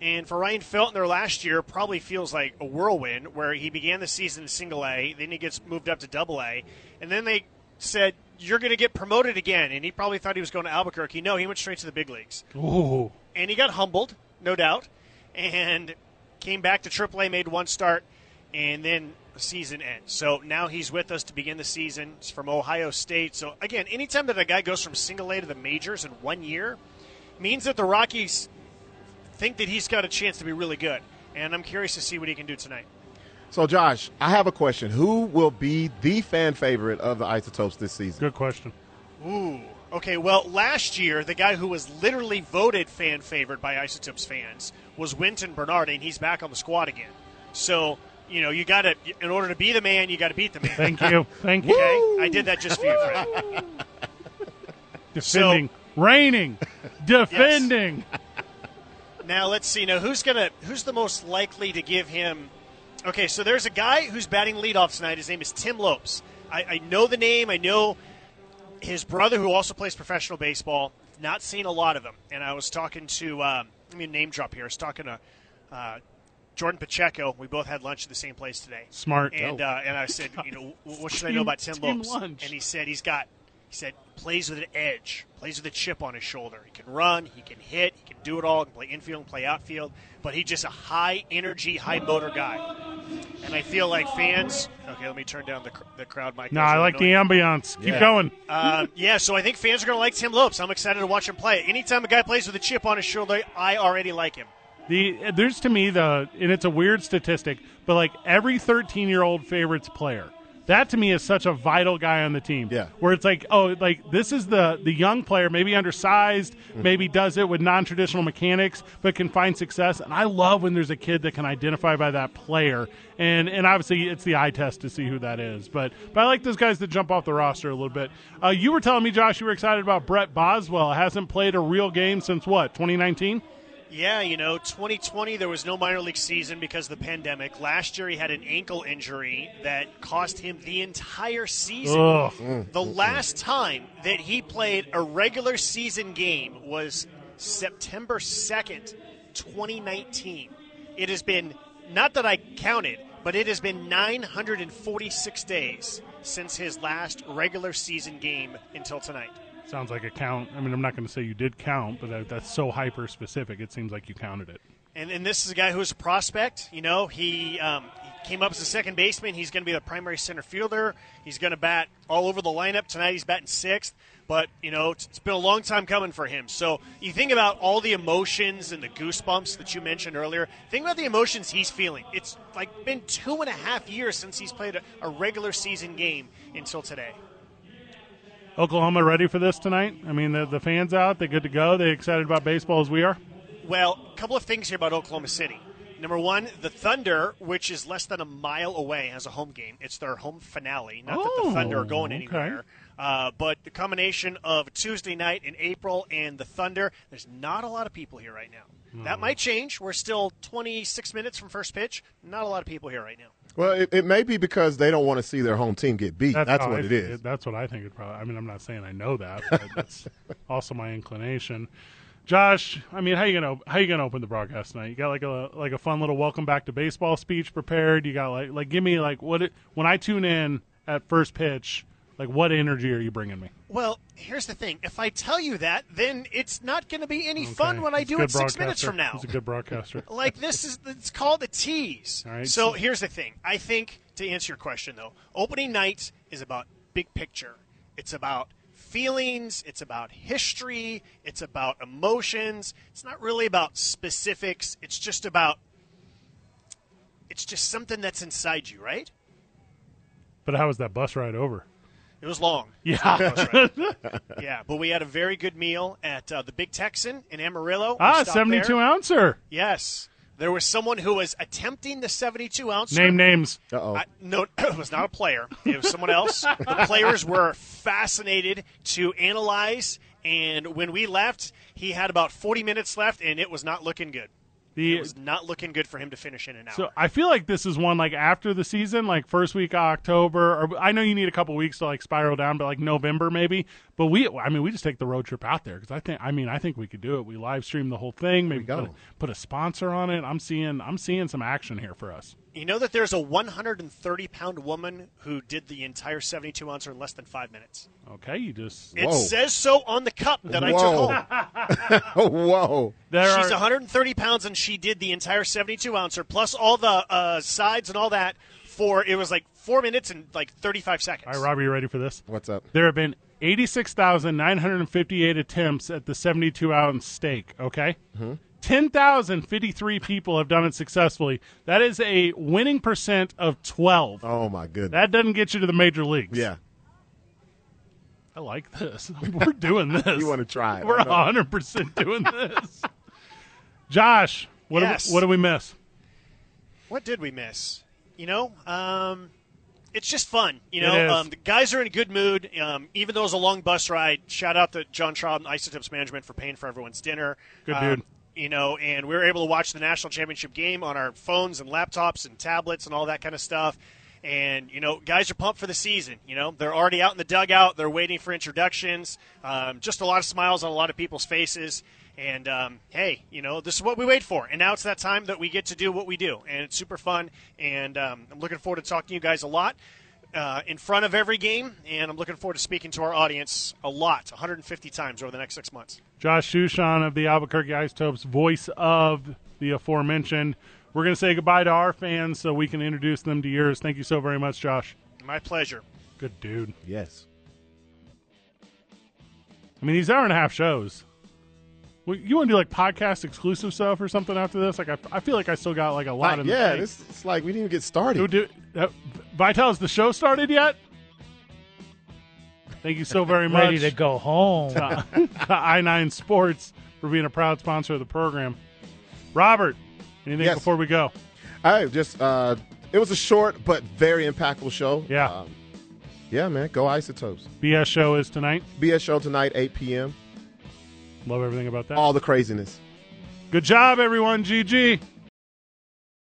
And for Ryan Feltner last year, probably feels like a whirlwind where he began the season in single A, then he gets moved up to double A, and then they said, you're going to get promoted again. And he probably thought he was going to Albuquerque. No, he went straight to the big leagues
Ooh.
and he got humbled, no doubt, and came back to AAA, made one start, and then the season ends. So now he's with us to begin the season. He's from Ohio State. So again, anytime that a guy goes from single A to the majors in one year, means that the Rockies think that he's got a chance to be really good. And I'm curious to see what he can do tonight.
So, Josh, I have a question. Who will be the fan favorite of the Isotopes this season?
Good question.
Ooh. Okay, well, last year, the guy who was literally voted fan favorite by Isotopes fans was Winton Bernard, and he's back on the squad again. So, you know, you got to, in order to be the man, you got to beat the man.
Thank you. Thank you.
Okay? I did that just for you, Fred.
Defending. Reigning. Defending.
Now let's see. Now who's gonna who's the most likely to give him? Okay, so there's a guy who's batting leadoff tonight. His name is Tim Lopes. I, I know the name. I know his brother, who also plays professional baseball. Not seen a lot of him. And I was talking to um, let me name drop here. I was talking to uh, Jordan Pacheco. We both had lunch at the same place today.
Smart. Oh.
And uh, and I said, you know, w- what should I know about Tim
Team
Lopes?
lunch.
And he said he's got. He said plays with an edge, plays with a chip on his shoulder. He can run, he can hit, he can do it all. He can play infield, play outfield, but he's just a high energy, high motor guy. And I feel like fans. Okay, let me turn down the, cr- the crowd mic.
No, I like the ambiance. Keep going.
Um, yeah, so I think fans are going to like Tim Lopes. I'm excited to watch him play. Anytime a guy plays with a chip on his shoulder, I already like him.
The there's to me the and it's a weird statistic, but like every 13 year old favorites player. That to me is such a vital guy on the team.
Yeah.
Where it's like, oh, like this is the the young player, maybe undersized, maybe does it with non traditional mechanics, but can find success. And I love when there's a kid that can identify by that player. And and obviously it's the eye test to see who that is. But but I like those guys that jump off the roster a little bit. Uh, you were telling me, Josh, you were excited about Brett Boswell. Hasn't played a real game since what, 2019?
Yeah, you know, 2020 there was no minor league season because of the pandemic. Last year he had an ankle injury that cost him the entire season.
Ugh.
The last time that he played a regular season game was September 2nd, 2019. It has been, not that I counted, but it has been 946 days since his last regular season game until tonight.
Sounds like a count. I mean, I'm not going to say you did count, but that, that's so hyper specific. It seems like you counted it.
And, and this is a guy who's a prospect. You know, he, um, he came up as a second baseman. He's going to be the primary center fielder. He's going to bat all over the lineup tonight. He's batting sixth. But you know, it's, it's been a long time coming for him. So you think about all the emotions and the goosebumps that you mentioned earlier. Think about the emotions he's feeling. It's like been two and a half years since he's played a, a regular season game until today.
Oklahoma ready for this tonight? I mean, the, the fans out. They good to go. They excited about baseball as we are.
Well, a couple of things here about Oklahoma City. Number one, the Thunder, which is less than a mile away, has a home game. It's their home finale. Not that
Oh,
the Thunder are going
okay.
anywhere. Uh, but the combination of Tuesday night in April and the Thunder, there's not a lot of people here right now. That might change. We're still 26 minutes from first pitch. Not a lot of people here right now.
Well, it, it may be because they don't want to see their home team get beat. That's,
how
what
I
it
think
is.
That's what I think it probably. I mean, I'm not saying I know that, but that's also my inclination. Josh, I mean, how you gonna how you gonna open the broadcast tonight? You got like a like a fun little welcome back to baseball speech prepared. You got like like give me like what it, when I tune in at first pitch, like what energy are you bringing me?
Well, here's the thing. If I tell you that, then it's not going to be any
Okay.
fun when I
He's a
do
good
it six
broadcaster.
minutes from now.
He's a good broadcaster.
like this is it's called a tease.
All right.
So here's the thing. I think to answer your question though, opening night is about big picture. It's about feelings, it's about history, it's about emotions. It's not really about specifics. It's just about it's just something that's inside you, right?
But how was that bus ride over?
It was long.
Yeah.
yeah, but we had a very good meal at uh, the Big Texan in Amarillo. We
ah,
stopped there.
72 ouncer.
Yes. There was someone who was attempting the 72 ounce.
Name names.
Uh oh.
I, no, it was not a player. It was someone else. the players were fascinated to analyze, and when we left, he had about 40 minutes left, and it was not looking good.
The
It was not looking good for him to finish in an hour.
So I feel like this is one like after the season, like first week of October, or I know you need a couple weeks to like spiral down, but like November maybe. But we, I mean, we just take the road trip out there because I think, I mean, I think we could do it. We live stream the whole thing, maybe
go.
put, a, put a sponsor on it. I'm seeing, I'm seeing some action here for us.
you know that there's a 130 pound woman who did the entire 72 ounce in less than five minutes.
Okay, you just
It
Whoa.
says so on the cup that I took
Whoa.
home.
Whoa.
there
She's
are
130 pounds, and she did the entire 72 ouncer plus all the uh, sides and all that for it was like four minutes and like 35 seconds.
All right, Robbie, you ready for this?
What's up?
There have been 86,958 attempts at the 72 ounce steak, okay? 10,053 people have done it successfully. That is a winning percent of 12.
Oh my goodness.
That doesn't get you to the major leagues.
yeah.
I like this. We're doing this.
You want to try it?
We're
I know.
100% doing this. Josh, what, do
Yes.
we, what do we miss?
What did we miss? You know, um, it's just fun. You
It
know,
is.
um, the guys are in a good mood. Um, even though it was a long bus ride, shout out to John Schraub and Isotopes Management for paying for everyone's dinner.
Good
Um,
dude.
You know, and we were able to watch the national championship game on our phones and laptops and tablets and all that kind of stuff. And you know, guys are pumped for the season. You know, they're already out in the dugout. They're waiting for introductions. Um, just a lot of smiles on a lot of people's faces. And um, hey, you know, this is what we wait for. And now it's that time that we get to do what we do, and it's super fun. And um, I'm looking forward to talking to you guys a lot uh, in front of every game. And I'm looking forward to speaking to our audience a lot, 150 times over the next six months.
Josh Shushan of the Albuquerque Isotopes, voice of the aforementioned. We're going to say goodbye to our fans so we can introduce them to yours. Thank you so very much, Josh.
My pleasure.
Good dude.
Yes.
I mean, these hour and a half shows. Well, you want to do like podcast exclusive stuff or something after this? Like, I, I feel like I still got like a lot
Like,
in the
yeah,
tank.
this, it's like we didn't even get started.
Who do, uh, Vital, is the show started yet? Thank you so very much
Ready to go home.
to, to I9 Sports for being a proud sponsor of the program. Robert, anything
Yes.
before we go?
I just uh, it was a short but very impactful show.
Yeah.
Um, yeah, man. Go isotopes.
BS show is tonight.
BS show tonight, 8 p.m.
Love everything about that.
All the craziness.
Good job, everyone. GG.